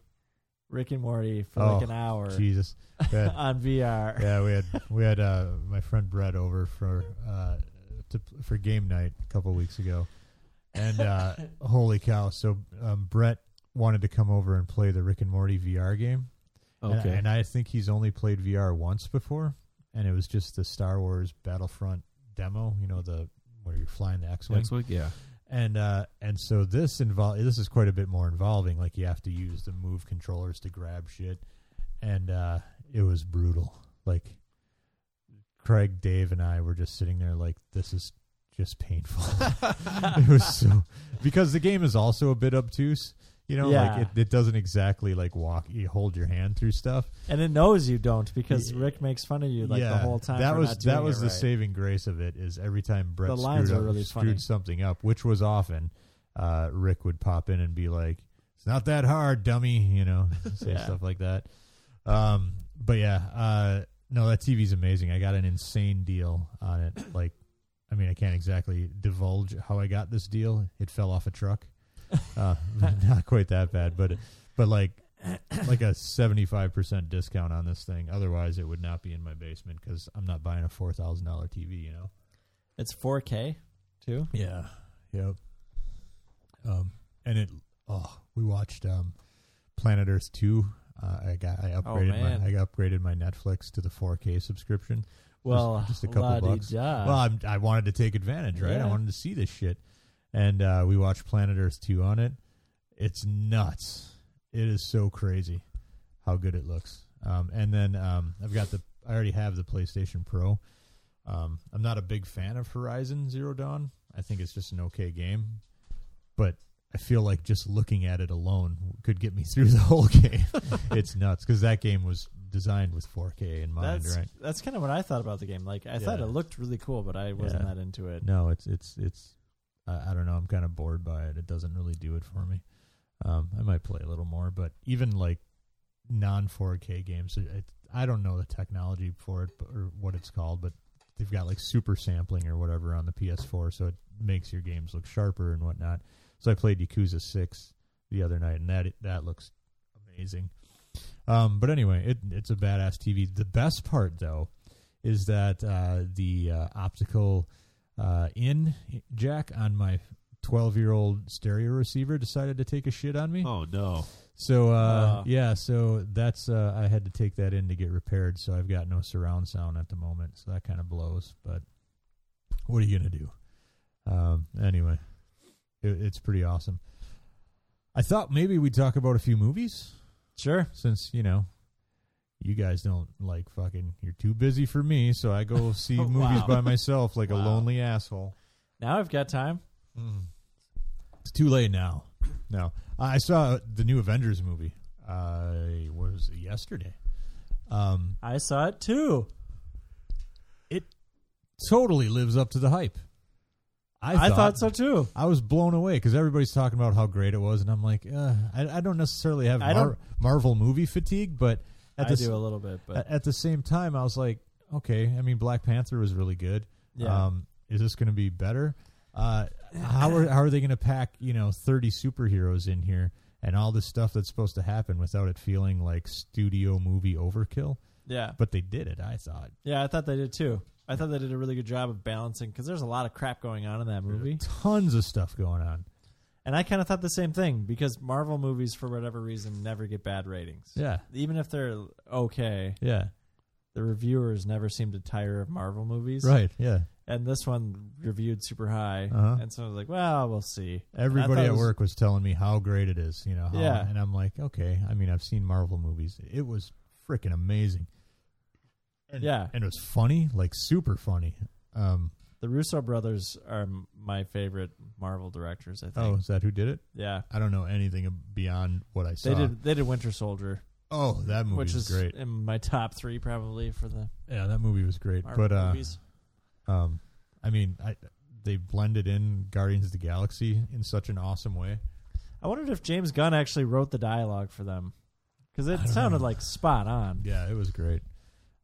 Speaker 2: Rick and Morty for like
Speaker 3: Oh,
Speaker 2: an hour
Speaker 3: Jesus. Yeah.
Speaker 2: on VR.
Speaker 3: yeah, we had we had uh, my friend Brett over for uh, to, for game night a couple weeks ago, and uh, holy cow! So um, Brett wanted to come over and play the Rick and Morty VR game, and-
Speaker 1: Okay.
Speaker 3: and, I think he's only played VR once before, and it was just the Star Wars Battlefront demo. You know the where you're flying the X-wing,
Speaker 1: Next week, yeah.
Speaker 3: and uh, and so this involve this is quite a bit more involving. Like you have to use the move controllers to grab shit, and uh, it was brutal. Like Craig, Dave, and I were just sitting there like this is just painful. it was so because the game is also a bit obtuse. You know,
Speaker 2: Yeah.
Speaker 3: like it, it doesn't exactly like walk. You hold your hand through stuff.
Speaker 2: And it knows you don't because
Speaker 3: Yeah.
Speaker 2: Rick makes fun of you like the whole time.
Speaker 3: That
Speaker 2: for
Speaker 3: was
Speaker 2: not
Speaker 3: that
Speaker 2: doing
Speaker 3: was
Speaker 2: it
Speaker 3: the
Speaker 2: right.
Speaker 3: saving grace of it is every time Brett
Speaker 2: The
Speaker 3: screwed,
Speaker 2: lines
Speaker 3: up,
Speaker 2: are really
Speaker 3: screwed
Speaker 2: funny.
Speaker 3: something up, which was often, uh, Rick would pop in and be like, "It's not that hard, dummy," you know, say
Speaker 2: Yeah.
Speaker 3: stuff like that. Um, but yeah, uh, no, that TV's amazing. I got an insane deal on it. Like, I mean, I can't exactly divulge how I got this deal. It fell off a truck. Uh, not quite that bad, but but like like a 75% discount on this thing. Otherwise, it would not be in my basement because I'm not buying a $4,000 TV, you know?
Speaker 2: It's 4K too.
Speaker 3: Yeah. Yep. Um, and it, oh, we watched um, Planet Earth 2. Uh, I got I upgraded
Speaker 2: man.
Speaker 3: my I upgraded my Netflix to the 4K subscription.
Speaker 2: Well,
Speaker 3: just a couple bucks.
Speaker 2: la-di-da.
Speaker 3: well, I'm, I wanted to take advantage, right?
Speaker 2: Yeah.
Speaker 3: I wanted to see this shit, and uh, we watched Planet Earth 2 on it. It's nuts. It is so crazy how good it looks. Um, and then um, I've got the I already have the PlayStation Pro. Um, I'm not a big fan of Horizon Zero Dawn. I think it's just an okay game, but I feel like just looking at it alone could get me through the whole game. it's nuts because that game was designed with 4K in mind,
Speaker 2: that's
Speaker 3: right?
Speaker 2: that's kind of what I thought about the game. Like I thought it
Speaker 3: Yeah.
Speaker 2: looked really cool, but I wasn't
Speaker 3: Yeah.
Speaker 2: that into it.
Speaker 3: no it's it's it's I, I don't know i'm kind of bored by it it doesn't really do it for me um i might play a little more but even like non 4k games it, it, i don't know the technology for it but, or what it's called but they've got like super sampling or whatever on the ps4 so it makes your games look sharper and whatnot so i played yakuza 6 the other night and that that looks amazing um but anyway it it's a badass tv the best part though is that uh the uh, optical uh, in jack on my 12 year old stereo receiver decided to take a shit on me.
Speaker 1: Oh no.
Speaker 3: So, uh,
Speaker 2: Uh.
Speaker 3: yeah, so that's, uh, I had to take that in to get repaired. So I've got no surround sound at the moment. So that kind of blows, but what are you going to do? Um, anyway, it, it's pretty awesome. I thought maybe we'd talk about a few movies
Speaker 2: Sure.
Speaker 3: since, you know, you guys don't like fucking, you're too busy for me. So I go see
Speaker 2: Wow.
Speaker 3: movies by myself like a
Speaker 2: Wow.
Speaker 3: lonely asshole.
Speaker 2: Now I've got time.
Speaker 3: Mm. It's too late now. No, I saw the new Avengers movie. I was it, yesterday. Um,
Speaker 2: I saw it too.
Speaker 3: totally lives up to the hype.
Speaker 2: I, thought so too.
Speaker 3: I was blown away because everybody's talking about how great it was, and I'm like, uh, I, I don't necessarily have
Speaker 2: I
Speaker 3: Mar- Marvel movie fatigue, but at
Speaker 2: I
Speaker 3: the
Speaker 2: do a little bit, but
Speaker 3: at the same time, I was like, okay. I mean, Black Panther was really good.
Speaker 2: Yeah.
Speaker 3: Um, is this going to be better? Uh, how are how are they going to pack you know thirty superheroes in here and all this stuff that's supposed to happen without it feeling like studio movie overkill?
Speaker 2: yeah,
Speaker 3: But they did it. I thought
Speaker 2: yeah. I thought they did too. I thought they did a really good job of balancing because there's a lot of crap going on in that movie,
Speaker 3: tons of stuff going on.
Speaker 2: and I kind of thought the same thing because Marvel movies, for whatever reason, never get bad ratings.
Speaker 3: Yeah,
Speaker 2: Even if they're okay,
Speaker 3: yeah,
Speaker 2: the reviewers never seem to tire of Marvel movies.
Speaker 3: right, yeah.
Speaker 2: and this one reviewed super high,
Speaker 3: Uh-huh.
Speaker 2: and so I was like, "Well, we'll see."
Speaker 3: Everybody
Speaker 2: I thought
Speaker 3: at
Speaker 2: it was-
Speaker 3: work was telling me how great it is, you know. How,
Speaker 2: Yeah.
Speaker 3: And I'm like, okay. I mean, I've seen Marvel movies. It was freaking amazing. And,
Speaker 2: Yeah.
Speaker 3: And it was funny, like super funny. Um,
Speaker 2: The Russo brothers are m- my favorite Marvel directors. I think.
Speaker 3: oh, is that who did it?
Speaker 2: yeah,
Speaker 3: I don't know anything ab- beyond what I
Speaker 2: they
Speaker 3: saw.
Speaker 2: did. They did Winter Soldier,
Speaker 3: Oh, that movie
Speaker 2: which
Speaker 3: was
Speaker 2: is
Speaker 3: great.
Speaker 2: in my top three probably for the
Speaker 3: Yeah, that movie was great.
Speaker 2: Marvel
Speaker 3: but uh,
Speaker 2: movies.
Speaker 3: um, I mean, I they blended in Guardians of the Galaxy in such an awesome way.
Speaker 2: I wondered if James Gunn actually wrote the dialogue for them because
Speaker 3: I
Speaker 2: it
Speaker 3: don't
Speaker 2: sounded
Speaker 3: know.
Speaker 2: like spot on.
Speaker 3: Yeah, it was great.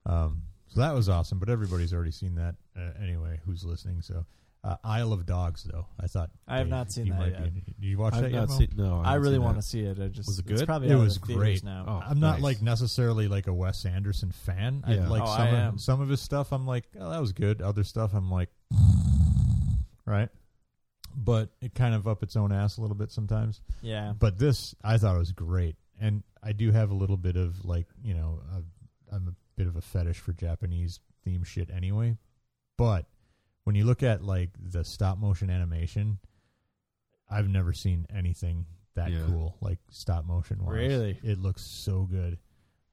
Speaker 3: Um, So that was awesome, but everybody's already seen that uh, anyway. Who's listening? So uh, Isle of Dogs, though I thought
Speaker 2: I have
Speaker 3: Dave,
Speaker 2: not seen
Speaker 3: you
Speaker 2: that
Speaker 3: might
Speaker 2: yet.
Speaker 3: Be, in- did you watch that
Speaker 1: I've
Speaker 3: yet?
Speaker 1: not
Speaker 3: Mo?
Speaker 1: seen. No,
Speaker 2: I really want
Speaker 1: want
Speaker 2: to see it. I just
Speaker 1: Was it
Speaker 2: It's
Speaker 1: good?
Speaker 2: probably
Speaker 3: It
Speaker 2: out of
Speaker 3: was
Speaker 2: the theaters
Speaker 3: great.
Speaker 2: Now.
Speaker 1: Oh,
Speaker 3: I'm not
Speaker 1: nice.
Speaker 3: like necessarily like a Wes Anderson fan. I
Speaker 1: Yeah.
Speaker 3: like
Speaker 2: Oh,
Speaker 3: some
Speaker 2: I
Speaker 3: of,
Speaker 2: am.
Speaker 3: some of his stuff. I'm like, oh, that was good. Other stuff, I'm like, right. But it kind of up its own ass a little bit sometimes.
Speaker 2: Yeah.
Speaker 3: But this, I thought it was great, and I do have a little bit of like, you know, i I'm a bit of a fetish for Japanese theme shit anyway. But when you look at like the stop motion animation, I've never seen anything that
Speaker 1: Yeah.
Speaker 3: cool, like stop motion wise.
Speaker 2: Really?
Speaker 3: it looks so good.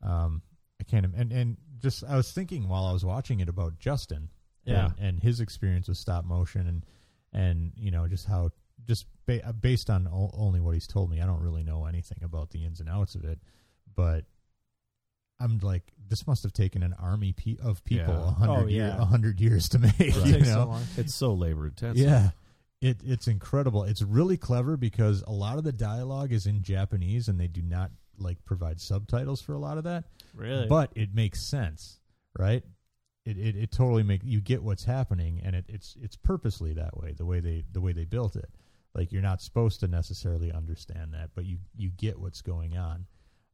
Speaker 3: Um, I can't. im- And and just I was thinking while I was watching it about Justin,
Speaker 2: Yeah.
Speaker 3: and, and his experience with stop motion and and you know just how just ba- uh, based on o- only what he's told me i don't really know anything about the ins and outs of it but i'm like this must have taken an army pe- of people a
Speaker 1: Yeah.
Speaker 3: 100
Speaker 2: Oh,
Speaker 3: year,
Speaker 2: yeah.
Speaker 3: a 100 years to make
Speaker 2: It
Speaker 3: you
Speaker 2: takes so
Speaker 3: know
Speaker 2: long.
Speaker 1: It's so labor intensive.
Speaker 3: yeah it, it's incredible it's really clever because a lot of the dialogue is in japanese and they do not like provide subtitles for a lot of that
Speaker 2: Really?
Speaker 3: but it makes sense, right? It it, it totally make you get what's happening, and it, it's it's purposely that way. The way they the way they built it, like you're not supposed to necessarily understand that, but you you get what's going on.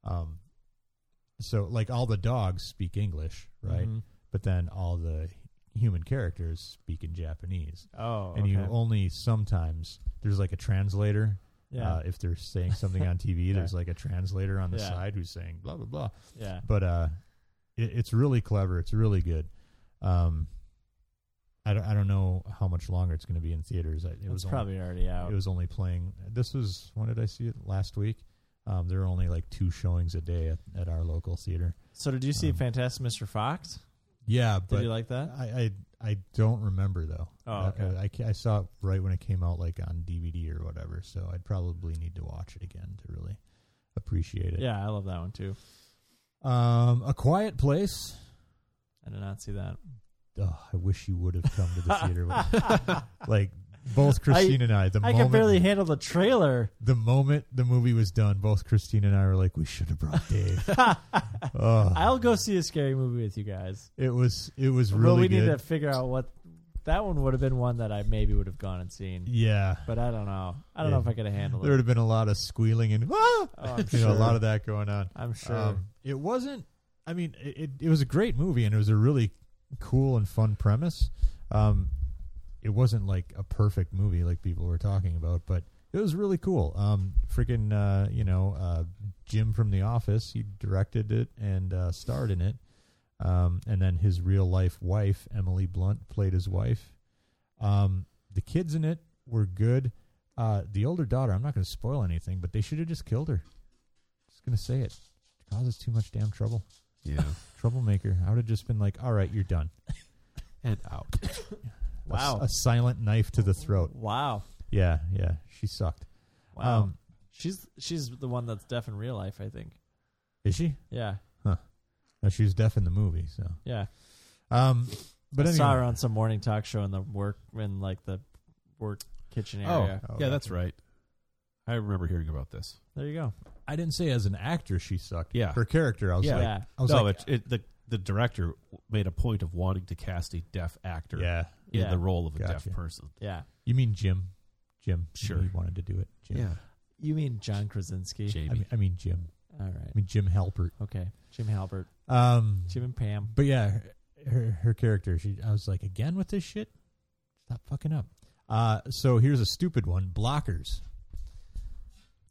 Speaker 3: Um, so like all the dogs speak English, right?
Speaker 2: Mhm.
Speaker 3: But then all the human characters speak in Japanese,
Speaker 2: Oh,
Speaker 3: and you
Speaker 2: okay.
Speaker 3: only sometimes there's like a translator
Speaker 2: yeah,
Speaker 3: uh, if they're saying something on TV,
Speaker 2: Yeah.
Speaker 3: there's like a translator on the
Speaker 2: Yeah.
Speaker 3: side who's saying blah blah blah.
Speaker 2: yeah.
Speaker 3: But uh, it, it's really clever. It's really good. Um, I don't, I don't know how much longer it's going to be in theaters. I- It
Speaker 2: It
Speaker 3: was
Speaker 2: was
Speaker 3: only-
Speaker 2: probably already out.
Speaker 3: it was only playing. This was when did I see it last week? Um, there were only like two showings a day at, at our local theater.
Speaker 2: so did you see
Speaker 3: um,
Speaker 2: Fantastic Mr. Fox?
Speaker 3: Yeah, Uh,
Speaker 2: Did
Speaker 3: but
Speaker 2: you like that?
Speaker 3: I, I I don't remember though.
Speaker 2: Oh,
Speaker 3: I-
Speaker 2: okay.
Speaker 3: I, ca- I saw it right when it came out, like on DVD or whatever. So I'd probably need to watch it again to really appreciate it.
Speaker 2: Yeah, I love that one too.
Speaker 3: Um, a Quiet Place. I
Speaker 2: I did not see that.
Speaker 3: Ugh, I wish you would have come to the theater. with- like both Christine and I, the
Speaker 2: I
Speaker 3: moment
Speaker 2: can barely handle the trailer.
Speaker 3: the moment the movie was done, both Christine and I were like, we should have brought Dave. Ugh.
Speaker 2: I'll go see a scary movie with you guys.
Speaker 3: it was it was
Speaker 2: but
Speaker 3: really
Speaker 2: we
Speaker 3: good.
Speaker 2: need to figure out what that one would have been one that I maybe would have gone and seen.
Speaker 3: yeah,
Speaker 2: But I don't know. I don't
Speaker 3: Yeah.
Speaker 2: know if I could have handled
Speaker 3: there would
Speaker 2: it.
Speaker 3: have been a lot of squealing and ah!
Speaker 2: Oh, I'm
Speaker 3: you
Speaker 2: sure.
Speaker 3: know, a lot of that going on.
Speaker 2: I'm sure.
Speaker 3: Um, it wasn't. I mean, it, it it was a great movie and it was a really cool and fun premise. Um, it wasn't like a perfect movie like people were talking about, but it was really cool. Um, freaking, uh, you know, uh, Jim from The Office, he directed it and uh, starred in it. Um, and then his real life wife, Emily Blunt, played his wife. Um, the kids in it were good. Uh, the older daughter, I'm not going to spoil anything, but they should have just killed her. Just going to say it. It causes Oh, too much damn trouble.
Speaker 1: yeah, Oh,
Speaker 3: Troublemaker. I would have just been like, all right, you're done.
Speaker 1: and out.
Speaker 3: A s-
Speaker 2: Wow.
Speaker 3: A, silent knife to the throat.
Speaker 2: Wow.
Speaker 3: Yeah, yeah. She sucked.
Speaker 2: Wow.
Speaker 3: Um,
Speaker 2: she's she's the one that's deaf in real life, I think.
Speaker 3: is she?
Speaker 2: Yeah.
Speaker 3: No, she was deaf in the movie, so.
Speaker 2: Yeah.
Speaker 3: Um, but
Speaker 2: I
Speaker 3: anyway.
Speaker 2: saw her on some morning talk show in the work in like the work kitchen
Speaker 1: Oh,
Speaker 2: area.
Speaker 3: Oh,
Speaker 1: yeah,
Speaker 3: okay.
Speaker 1: that's right. I remember hearing about this.
Speaker 2: There you go.
Speaker 3: I didn't say as an actress she sucked.
Speaker 1: Yeah.
Speaker 3: Her character, I was
Speaker 1: Yeah.
Speaker 3: like,
Speaker 2: yeah.
Speaker 3: I was
Speaker 1: no,
Speaker 3: like,
Speaker 1: it, it, the the director made a point of wanting to cast a deaf actor
Speaker 3: yeah.
Speaker 1: in
Speaker 2: Yeah.
Speaker 1: the role of a
Speaker 3: Gotcha.
Speaker 1: deaf person.
Speaker 2: Yeah.
Speaker 3: You mean Jim? Jim.
Speaker 1: Sure.
Speaker 3: He wanted to do it. Jim.
Speaker 2: You mean John Krasinski?
Speaker 1: Jamie.
Speaker 3: I mean, I mean Jim.
Speaker 2: All
Speaker 3: I
Speaker 2: right.
Speaker 3: mean Jim Halpert.
Speaker 2: Okay. Jim Halpert.
Speaker 3: Um,
Speaker 2: Jim and Pam.
Speaker 3: but yeah, her, her her character. She. I was like, again with this shit. Stop fucking up. Uh, so here's a stupid one. Blockers.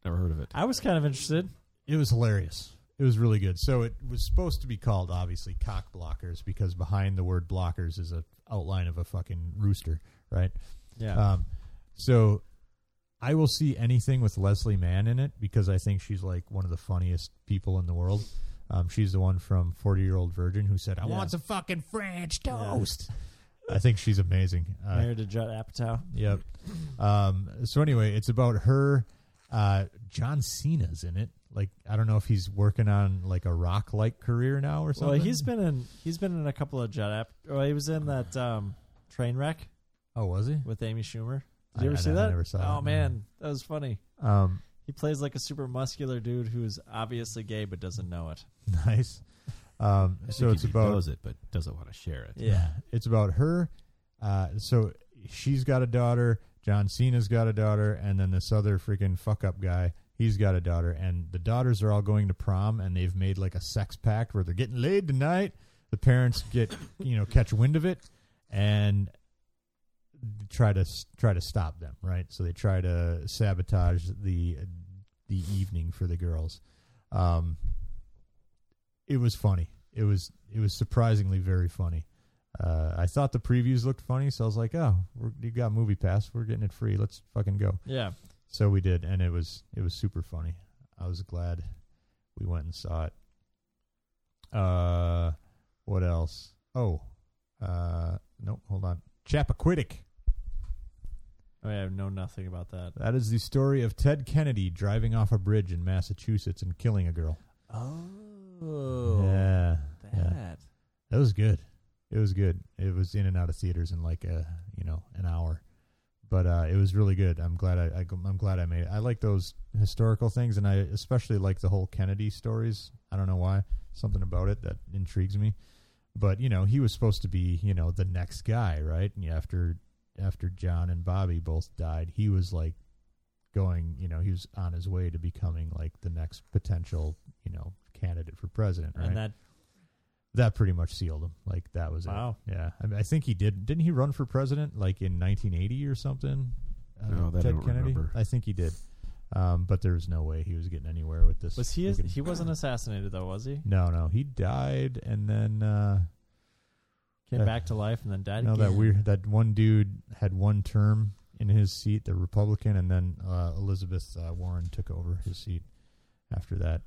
Speaker 1: Never heard of it.
Speaker 2: I was kind of interested.
Speaker 3: It was hilarious. It was really good. So it was supposed to be called obviously cock blockers because behind the word blockers is a outline of a fucking rooster, right?
Speaker 2: Yeah.
Speaker 3: Um, so I will see anything with Leslie Mann in it because I think she's like one of the funniest people in the world. Um, she's the one from Forty Year Old Virgin who said, "I
Speaker 2: Yeah.
Speaker 3: want some fucking French
Speaker 2: Yeah.
Speaker 3: toast." I think she's amazing. Uh,
Speaker 2: Married to Judd Apatow.
Speaker 3: Yep. Um, so anyway, it's about her. Uh, John Cena's in it. Like I don't know if he's working on like a rock like career now or
Speaker 2: Well,
Speaker 3: something.
Speaker 2: he's been in he's been in a couple of Judd Ap. Well, he was in that um, train wreck
Speaker 3: oh was he?
Speaker 2: with Amy Schumer.
Speaker 3: I-
Speaker 2: Did you ever
Speaker 3: I
Speaker 2: see
Speaker 3: never-
Speaker 2: that?
Speaker 3: never saw
Speaker 2: oh
Speaker 3: that, no.
Speaker 2: man, that was funny.
Speaker 3: Um,
Speaker 2: He plays like a super muscular dude who's obviously gay but doesn't know it.
Speaker 3: nice. Um,
Speaker 1: I
Speaker 3: so
Speaker 1: think
Speaker 3: it's
Speaker 1: he
Speaker 3: about
Speaker 1: knows it, but doesn't want to share it.
Speaker 2: Yeah.
Speaker 3: it's about her. Uh, so she's got a daughter. John Cena's got a daughter, and then this other freaking fuck up guy, he's got a daughter, and the daughters are all going to prom, and they've made like a sex pact where they're getting laid tonight. The parents get you know catch wind of it, and try to try to stop them, right? So they try to sabotage the the evening for the girls. Um, it was funny. It was it was surprisingly very funny. Uh, I thought the previews looked funny, so I was like, "Oh, we're, you got Movie Pass? We're getting it free. Let's fucking go!"
Speaker 2: Yeah.
Speaker 3: So we did, and it was it was super funny. I was glad we went and saw it. Uh, what else? Oh, uh, nope. Hold on, Chappaquiddick.
Speaker 2: I mean, I know nothing about that.
Speaker 3: That is the story of Ted Kennedy driving off a bridge in Massachusetts and killing a girl.
Speaker 2: Oh.
Speaker 3: yeah, yeah.
Speaker 2: That.
Speaker 3: That was good. It was good. It was in and out of theaters in like a you know an hour, but uh, it was really good. I'm glad I, I I'm glad I made it. I like those historical things, and I especially like the whole Kennedy stories. I don't know why. Something about it that intrigues me. But you know, he was supposed to be you know the next guy, right? And after after John and Bobby both died, he was like going. You know, he was on his way to becoming like the next potential you know candidate for president, right?
Speaker 2: And that.
Speaker 3: that pretty much sealed him. Like that was
Speaker 2: Wow.
Speaker 3: it. Yeah, I, mean, I think he did. Didn't he run for president like in 1980 or something? Uh,
Speaker 1: No, that I
Speaker 3: Ted
Speaker 1: don't
Speaker 3: Kennedy.
Speaker 1: remember.
Speaker 3: I think he did, um, but there was no way he was getting anywhere with this.
Speaker 2: Was he?
Speaker 3: freaking-
Speaker 2: He wasn't assassinated though, was he?
Speaker 3: No, no, he died, and then uh,
Speaker 2: Came
Speaker 3: Yeah.
Speaker 2: back to life and then died.
Speaker 3: no, that
Speaker 2: again?
Speaker 3: weird that one dude had one term in his seat, the Republican, and then uh, Elizabeth uh, Warren took over his seat after that.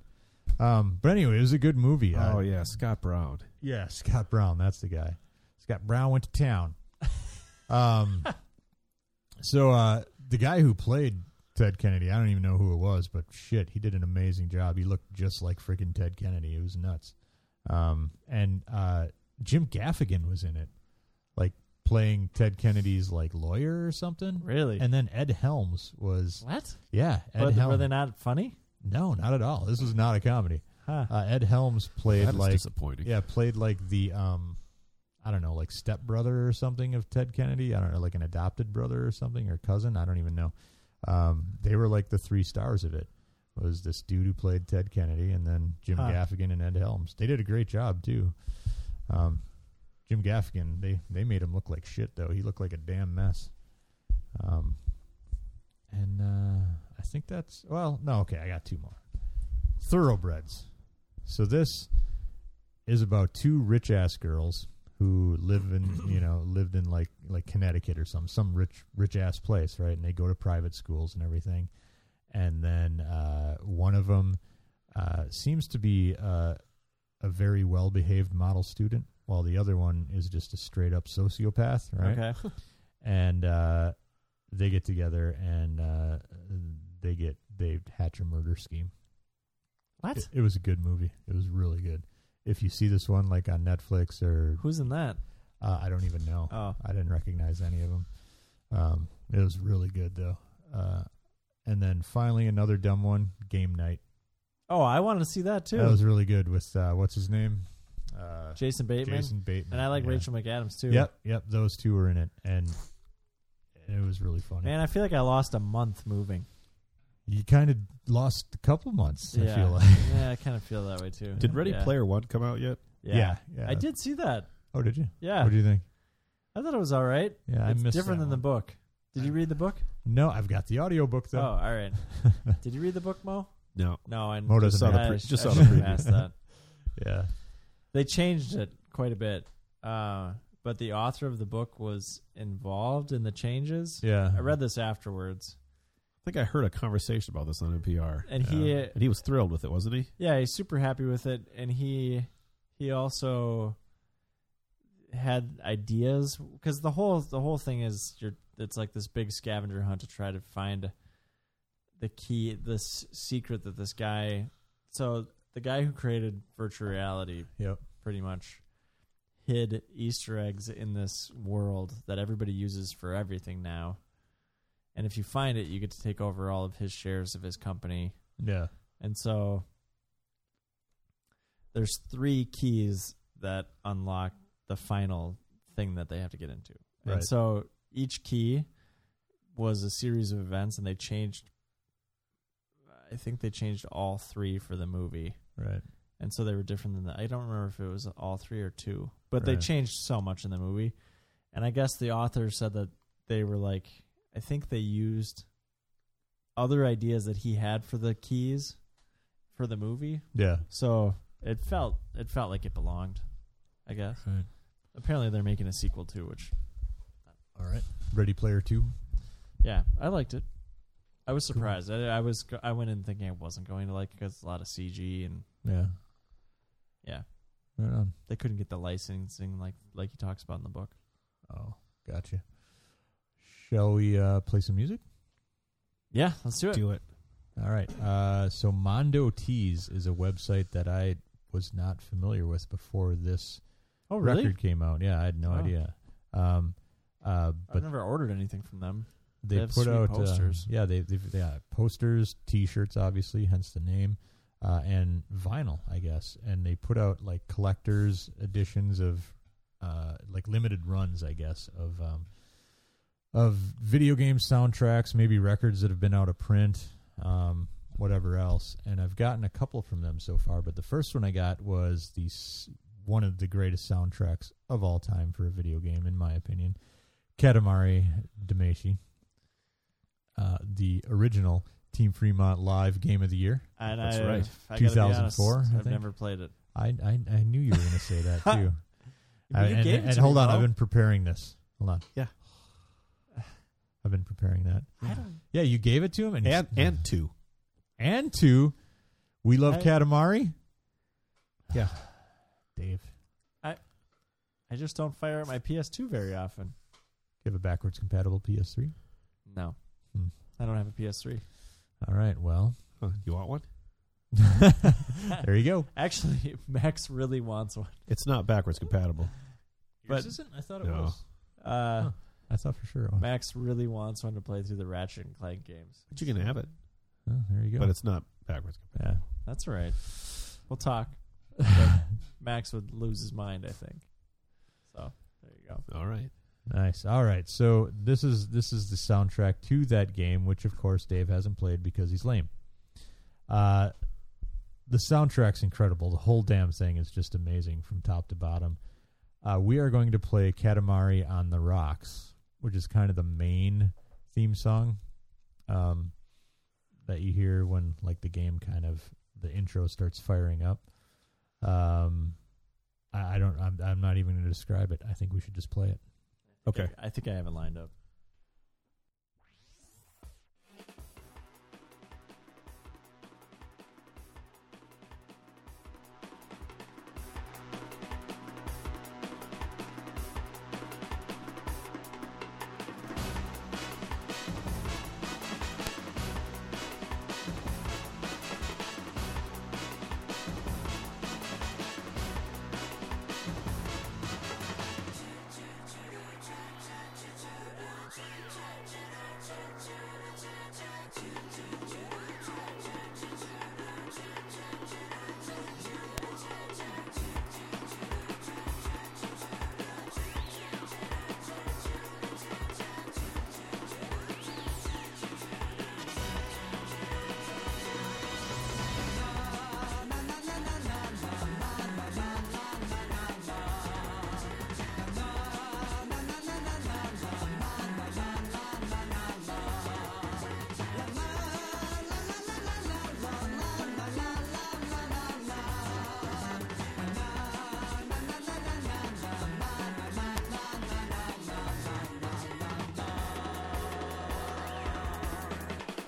Speaker 3: Um, but anyway, it was a good movie. I-
Speaker 1: Oh yeah, Scott Brown.
Speaker 3: Yeah, Scott Brown. That's the guy. Scott Brown went to town. Um, so uh, the guy who played Ted Kennedy, I don't even know who it was, but shit, he did an amazing job. He looked just like freaking Ted Kennedy. It was nuts. Um, and uh, Jim Gaffigan was in it, like playing Ted Kennedy's like lawyer or something.
Speaker 2: Really?
Speaker 3: And then Ed Helms was
Speaker 2: what?
Speaker 3: yeah. Ed
Speaker 2: Were, were
Speaker 3: Helms.
Speaker 2: they not funny?
Speaker 3: no, not at all. This was not a comedy.
Speaker 2: Huh.
Speaker 3: Uh, Ed Helms played
Speaker 1: That is
Speaker 3: like
Speaker 1: disappointing.
Speaker 3: yeah, played like the um I don't know, like stepbrother or something of Ted Kennedy. I don't know, like an adopted brother or something or cousin. I don't even know. Um, they were like the three stars of it. It was this dude who played Ted Kennedy and then Jim
Speaker 2: Huh.
Speaker 3: Gaffigan and Ed Helms. They did a great job too. Um, Jim Gaffigan, they they made him look like shit though. He looked like a damn mess. Um, and uh, I think that's well, no, okay, I got two more. Thoroughbreds. So this is about two rich ass girls who live in you know lived in like like Connecticut or some some rich rich ass place, right? And they go to private schools and everything. And then uh, one of them uh, seems to be uh, a very well behaved model student, while the other one is just a straight up sociopath, right?
Speaker 2: Okay.
Speaker 3: and uh, they get together and uh, they get they hatch a murder scheme.
Speaker 2: What?
Speaker 3: It, it was a good movie. It was really good. If you see this one like on Netflix or
Speaker 2: Who's in that?
Speaker 3: uh, I don't even know,
Speaker 2: Oh,
Speaker 3: I didn't recognize any of them. Um, it was really good though. Uh, and then finally another dumb one, Game Night.
Speaker 2: oh, I wanted to see that too.
Speaker 3: That was really good with uh, what's his name, uh,
Speaker 2: Jason Bateman.
Speaker 3: Jason Bateman.
Speaker 2: And I like
Speaker 3: yeah.
Speaker 2: Rachel McAdams too.
Speaker 3: Yep, yep. Those two were in it, and it was really funny.
Speaker 2: Man, I feel like I lost a month moving.
Speaker 3: you kind of lost a couple months.
Speaker 2: yeah.
Speaker 3: I feel like.
Speaker 2: yeah, I kind of feel that way too.
Speaker 1: Did Ready
Speaker 2: yeah.
Speaker 1: Player One come out yet?
Speaker 2: Yeah.
Speaker 3: yeah.
Speaker 2: I did see that.
Speaker 3: Oh, did you?
Speaker 2: Yeah.
Speaker 3: What do you think?
Speaker 2: I thought it was all right.
Speaker 3: Yeah, I
Speaker 2: it's
Speaker 3: missed
Speaker 2: different
Speaker 3: that
Speaker 2: than
Speaker 3: one.
Speaker 2: the book. Did you read the book?
Speaker 3: No, I've got the audiobook
Speaker 2: Oh,
Speaker 3: though.
Speaker 2: all right. Did you read the book, Mo?
Speaker 1: No.
Speaker 2: No, I
Speaker 3: Mo doesn't
Speaker 1: Saw the
Speaker 2: I
Speaker 1: pre-
Speaker 2: sh-
Speaker 1: just
Speaker 2: I
Speaker 1: saw the
Speaker 2: should've
Speaker 1: preview.
Speaker 2: asked that.
Speaker 3: Yeah.
Speaker 2: They changed it quite a bit, uh, but the author of the book was involved in the changes.
Speaker 3: Yeah.
Speaker 2: I read this afterwards,
Speaker 1: I think I heard a conversation about this on NPR,
Speaker 2: and he
Speaker 3: Yeah.
Speaker 1: um, and he was thrilled with it, wasn't he?
Speaker 2: yeah he's super happy with it and he he also had ideas because the whole the whole thing is you're it's like this big scavenger hunt to try to find the key this secret that this guy so the guy who created virtual reality
Speaker 3: Yep.
Speaker 2: pretty much hid Easter eggs in this world that everybody uses for everything now. And if you find it, you get to take over all of his shares of his company.
Speaker 3: Yeah.
Speaker 2: And so there's three keys that unlock the final thing that they have to get into.
Speaker 3: Right.
Speaker 2: And so each key was a series of events, and they changed. I think they changed all three for the movie,
Speaker 3: Right.
Speaker 2: and so they were different than that. I don't remember if it was all three or two, but they
Speaker 3: Right.
Speaker 2: changed so much in the movie. And I guess the author said that they were like, I think they used other ideas that he had for the keys for the movie,
Speaker 3: Yeah.
Speaker 2: so it felt it felt like it belonged, I guess.
Speaker 3: Right.
Speaker 2: Apparently they're making a sequel too, which
Speaker 3: All right. Ready Player Two.
Speaker 2: yeah, I liked it. I was surprised. I, I was go- I went in thinking I wasn't going to like it because a lot of CG and
Speaker 3: Yeah.
Speaker 2: yeah,
Speaker 3: Right on.
Speaker 2: they couldn't get the licensing like like he talks about in the book.
Speaker 3: Oh, gotcha. Shall we uh, play some music?
Speaker 2: Yeah, let's do it.
Speaker 1: Do it.
Speaker 3: All right. Uh, so Mondo Tees is a website that I was not familiar with before this
Speaker 2: Oh
Speaker 3: record came out. Yeah, I had no
Speaker 2: Oh.
Speaker 3: idea. Um, uh,
Speaker 2: I've
Speaker 3: but
Speaker 2: never ordered anything from them.
Speaker 3: they,
Speaker 2: They have
Speaker 3: put
Speaker 2: sweet
Speaker 3: out uh,
Speaker 2: posters.
Speaker 3: yeah, they they've yeah, posters, t-shirts obviously, hence the name, uh, and vinyl, I guess. And they put out like collectors editions of uh, like limited runs, I guess, of um, of video game soundtracks, maybe records that have been out of print, um, whatever else. And I've gotten a couple from them so far, but the first one I got was the s- one of the greatest soundtracks of all time for a video game, in my opinion, Katamari Damacy, uh, the original Team Fremont Live Game of the Year.
Speaker 2: And
Speaker 1: That's
Speaker 2: I,
Speaker 1: right.
Speaker 2: I gotta be
Speaker 3: 2004,
Speaker 2: honest,
Speaker 3: I
Speaker 2: I've
Speaker 3: think.
Speaker 2: never played it.
Speaker 3: I I, I knew you were going to say that too. I-
Speaker 2: You
Speaker 3: and
Speaker 2: gave it
Speaker 3: and
Speaker 2: to me,
Speaker 3: hold on,
Speaker 2: Bo.
Speaker 3: I've been preparing this. Hold on.
Speaker 1: Yeah.
Speaker 3: I've been preparing that.
Speaker 2: I don't-
Speaker 3: Yeah, you gave it to him, and
Speaker 1: And and two.
Speaker 3: and two, we love
Speaker 2: I-
Speaker 3: Katamari.
Speaker 1: Yeah.
Speaker 3: Dave,
Speaker 2: I just don't fire up my PS2 very often.
Speaker 3: you have a backwards compatible PS3.
Speaker 2: No,
Speaker 3: Hmm.
Speaker 2: I don't have a PS3.
Speaker 3: All right, well,
Speaker 1: Huh, you want one?
Speaker 3: there you go.
Speaker 2: Actually, Max really wants one.
Speaker 1: It's not backwards compatible.
Speaker 2: But-
Speaker 3: isn't. I thought
Speaker 1: it No. was.
Speaker 2: Uh,
Speaker 3: Huh. I thought for sure it was.
Speaker 2: Max really wants one to play through the Ratchet and Clank games.
Speaker 1: But you can have it.
Speaker 3: Oh, there you go.
Speaker 1: But it's not backwards
Speaker 3: yeah.
Speaker 2: That's all right. We'll talk. Max would lose his mind, I think. So there you go.
Speaker 1: compatible. All right.
Speaker 3: Nice. All right. So this is this is the soundtrack to that game, which of course Dave hasn't played because he's lame. Uh, the soundtrack's incredible. The whole damn thing is just amazing from top to bottom. Uh, we are going to play Katamari on the Rocks, which is kind of the main theme song um, that you hear when like the game kind of the intro starts firing up. Um, I, I don't. I'm, I'm not even going to describe it. I think we should just play it.
Speaker 1: Okay.
Speaker 2: I think I have it lined up.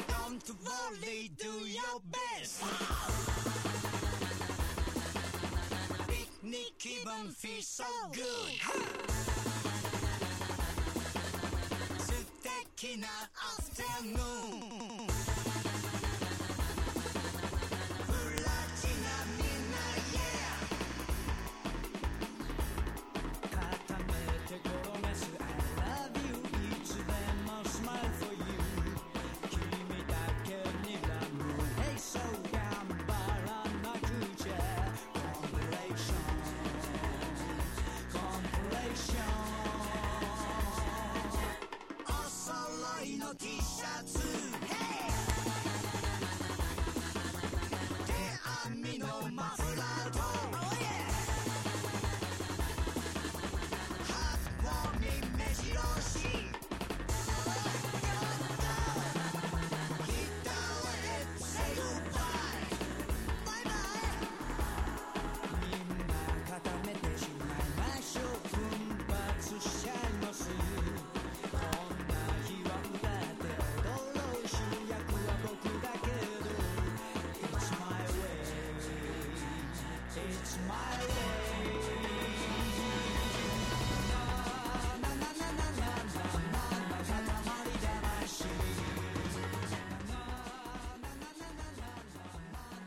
Speaker 4: Don't worry, do your best. Picnic even feels so good. Suteki na afternoon. Furachi na minna, yeah. 固めて転がす I love you いつでも smile for you 君だけにラム Hey so 頑張らなくちゃこの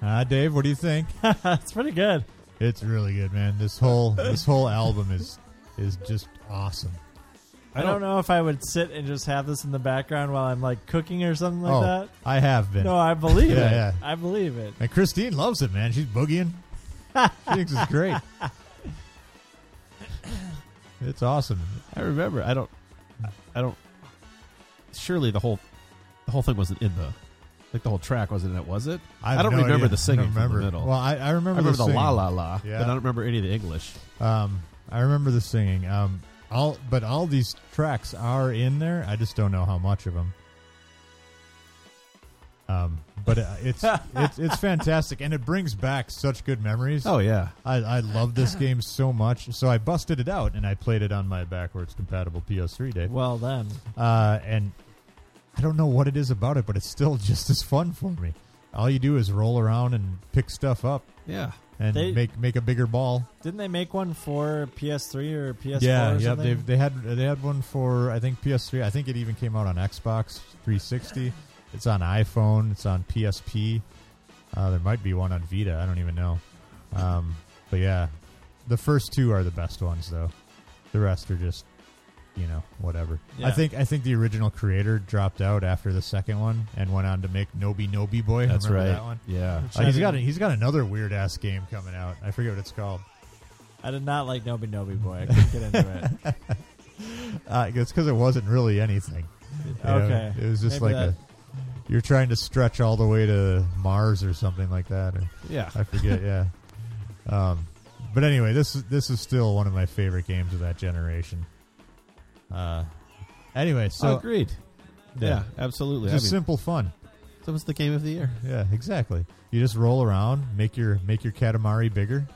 Speaker 3: Ah, Dave, what do you think?
Speaker 2: it's pretty good.
Speaker 3: It's really good, man. This whole this whole album is is just awesome.
Speaker 2: I don't, know if I would sit and just have this in the background while I'm like cooking or something like
Speaker 3: oh,
Speaker 2: that.
Speaker 3: I have been.
Speaker 2: No, I believe
Speaker 3: Yeah,
Speaker 2: it.
Speaker 3: yeah.
Speaker 2: I believe it.
Speaker 3: And Christine loves it, man. She's boogieing. she thinks it's great. It's awesome.
Speaker 1: I remember. I don't. I- I don't. Surely the whole, the whole thing wasn't in the, like the whole track wasn't in it, was it?
Speaker 3: have
Speaker 1: I don't
Speaker 3: no
Speaker 1: remember
Speaker 3: idea.
Speaker 1: the singing
Speaker 3: I don't
Speaker 1: from the
Speaker 3: remember.
Speaker 1: middle.
Speaker 3: Well, I, I remember.
Speaker 1: I remember the,
Speaker 3: singing.
Speaker 1: la la la,
Speaker 3: Yeah.
Speaker 1: but I don't remember any of the English.
Speaker 3: Um, I remember the singing. Um, all but all these tracks are in there. I just don't know how much of them. Um, but uh, it's it's it's fantastic, and it brings back such good memories.
Speaker 1: Oh yeah,
Speaker 3: I, I love this game so much, so I busted it out and I played it on my backwards compatible PS3 day.
Speaker 2: Well then,
Speaker 3: Uh, and I don't know what it is about it, but it's still just as fun for me. All you do is roll around and pick stuff up
Speaker 1: yeah.
Speaker 3: and
Speaker 2: They-
Speaker 3: make make a bigger ball.
Speaker 2: didn't they make one for PS3 or PS4?
Speaker 3: yeah,
Speaker 2: or
Speaker 3: yep.
Speaker 2: something?
Speaker 3: They they had they had one for I think PS3. I think it even came out on Xbox 360. It's on iPhone. It's on PSP. Uh, there might be one on Vita. I don't even know. Um, but yeah, the first two are the best ones though. The rest are just you know whatever.
Speaker 2: Yeah.
Speaker 3: I think I think the original creator dropped out after the second one and went on to make Nobi Nobi Boy.
Speaker 1: That's
Speaker 3: Remember
Speaker 1: right.
Speaker 3: That one.
Speaker 1: Yeah,
Speaker 2: Which
Speaker 3: Uh,
Speaker 2: I
Speaker 3: he's
Speaker 2: didn't-
Speaker 3: got a, he's got another weird ass game coming out. I forget what it's called.
Speaker 2: I did not like Nobi Nobi Boy. I couldn't get into it.
Speaker 3: Uh, it's because it wasn't really anything. You know,
Speaker 2: okay.
Speaker 3: it was just
Speaker 2: Maybe
Speaker 3: like
Speaker 2: that-
Speaker 3: a you're trying to stretch all the way to Mars or something like that. Or,
Speaker 1: yeah.
Speaker 3: I forget. yeah. Um, but anyway, this is this is still one of my favorite games of that generation. Uh, anyway, so
Speaker 1: agreed. Oh, Yeah, absolutely. I
Speaker 3: just
Speaker 1: mean,
Speaker 3: simple fun.
Speaker 1: that was the game of the year.
Speaker 3: Yeah, exactly. You just roll around, make your make your Katamari bigger,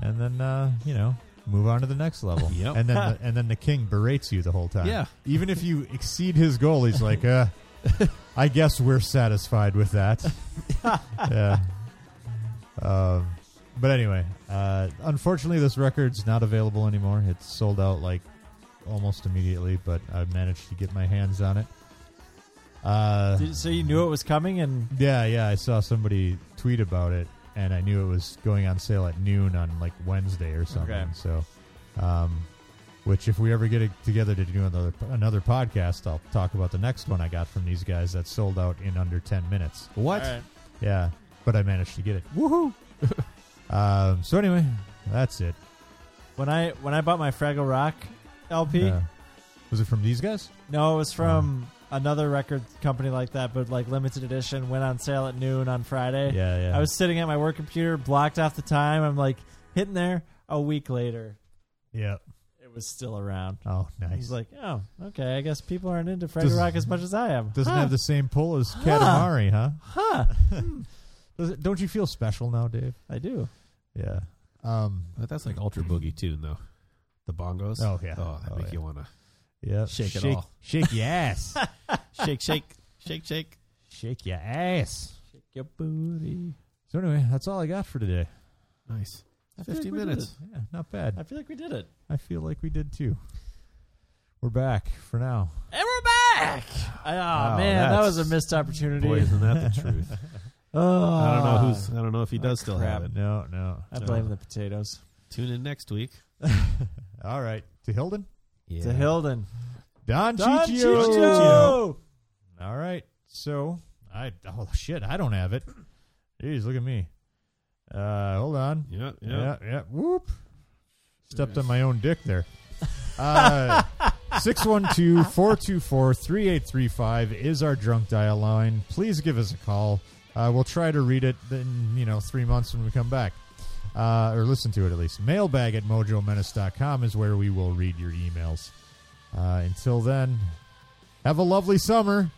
Speaker 3: and then uh, you know move on to the next level.
Speaker 1: Yep.
Speaker 3: And then the, and then the king berates you the whole time.
Speaker 1: Yeah.
Speaker 3: Even if you exceed his goal, he's like, uh, "I guess we're satisfied with that." yeah. Um, but anyway, uh, unfortunately, this record's not available anymore. It's sold out like almost immediately, but I managed to get my hands on it. Uh,
Speaker 2: Did- so you knew it was coming, and
Speaker 3: yeah, yeah. I saw somebody tweet about it, and I knew it was going on sale at noon on like Wednesday or something.
Speaker 2: Okay.
Speaker 3: So, um, which if we ever get it together to do another another podcast, I'll talk about the next one I got from these guys that sold out in under ten minutes.
Speaker 1: What?
Speaker 2: All right.
Speaker 3: Yeah, but I managed to get it. Woohoo! um, so anyway, that's it.
Speaker 2: when I when I bought my Fraggle Rock LP,
Speaker 3: Uh, was it from these guys?
Speaker 2: no, it was
Speaker 3: Uh-huh.
Speaker 2: from another record company like that, but like limited edition, went on sale at noon on Friday.
Speaker 3: Yeah, yeah.
Speaker 2: I was sitting at my work computer, blocked off the time. I'm like hitting there. A week later,
Speaker 3: yeah.
Speaker 2: it was still around.
Speaker 3: Oh,
Speaker 2: I
Speaker 3: nice.
Speaker 2: was like, oh, okay. I guess people aren't into Fraggle
Speaker 3: Doesn't-
Speaker 2: Rock as much as I am.
Speaker 3: Doesn't
Speaker 2: Huh.
Speaker 3: have the same pull as Katamari, huh?
Speaker 2: huh?
Speaker 3: Does it, don't you feel special now, Dave?
Speaker 2: I do.
Speaker 3: Yeah. Um.
Speaker 1: But that's like Ultra Boogie tune though. The bongos.
Speaker 3: Oh yeah.
Speaker 1: Oh, that
Speaker 3: Oh,
Speaker 1: make
Speaker 3: yeah.
Speaker 1: you wanna
Speaker 3: Yeah.
Speaker 1: Shake it all.
Speaker 3: Shake your ass.
Speaker 1: shake, shake, shake, shake.
Speaker 3: shake your ass.
Speaker 2: Shake your booty.
Speaker 3: So anyway, that's all I got for today.
Speaker 1: Nice.
Speaker 3: I feel
Speaker 1: Fifty
Speaker 3: like we did
Speaker 1: minutes.
Speaker 3: it. Yeah, not
Speaker 2: I
Speaker 3: bad.
Speaker 2: feel like we did it.
Speaker 3: I feel like we did too. We're back for now.
Speaker 2: And we're back. Oh,
Speaker 1: Wow,
Speaker 2: man, that was a
Speaker 1: that's-
Speaker 2: missed opportunity.
Speaker 1: Boy, isn't that the truth?
Speaker 2: Oh,
Speaker 1: I don't know who's. I don't know if he does still
Speaker 2: crap.
Speaker 1: have it.
Speaker 3: No, no.
Speaker 2: I blame the potatoes.
Speaker 1: Tune in next week.
Speaker 3: All right. To Hilden.
Speaker 1: Yeah.
Speaker 2: To Hilden.
Speaker 3: Don,
Speaker 2: Don
Speaker 3: Ciccio.
Speaker 2: Ciccio.
Speaker 3: All right. So I oh shit, I don't have it. Jeez, look at me. Uh hold on.
Speaker 1: Yeah, yeah.
Speaker 3: Yeah, yeah. Whoop. Stepped on my own dick there. Uh 612-424-3835 is our drunk dial line. Please give us a call. Uh, we'll try to read it in, you know, three months when we come back. Uh, or listen to it at least. Mailbag at mojomenace.com is where we will read your emails. Uh, until then, have a lovely summer.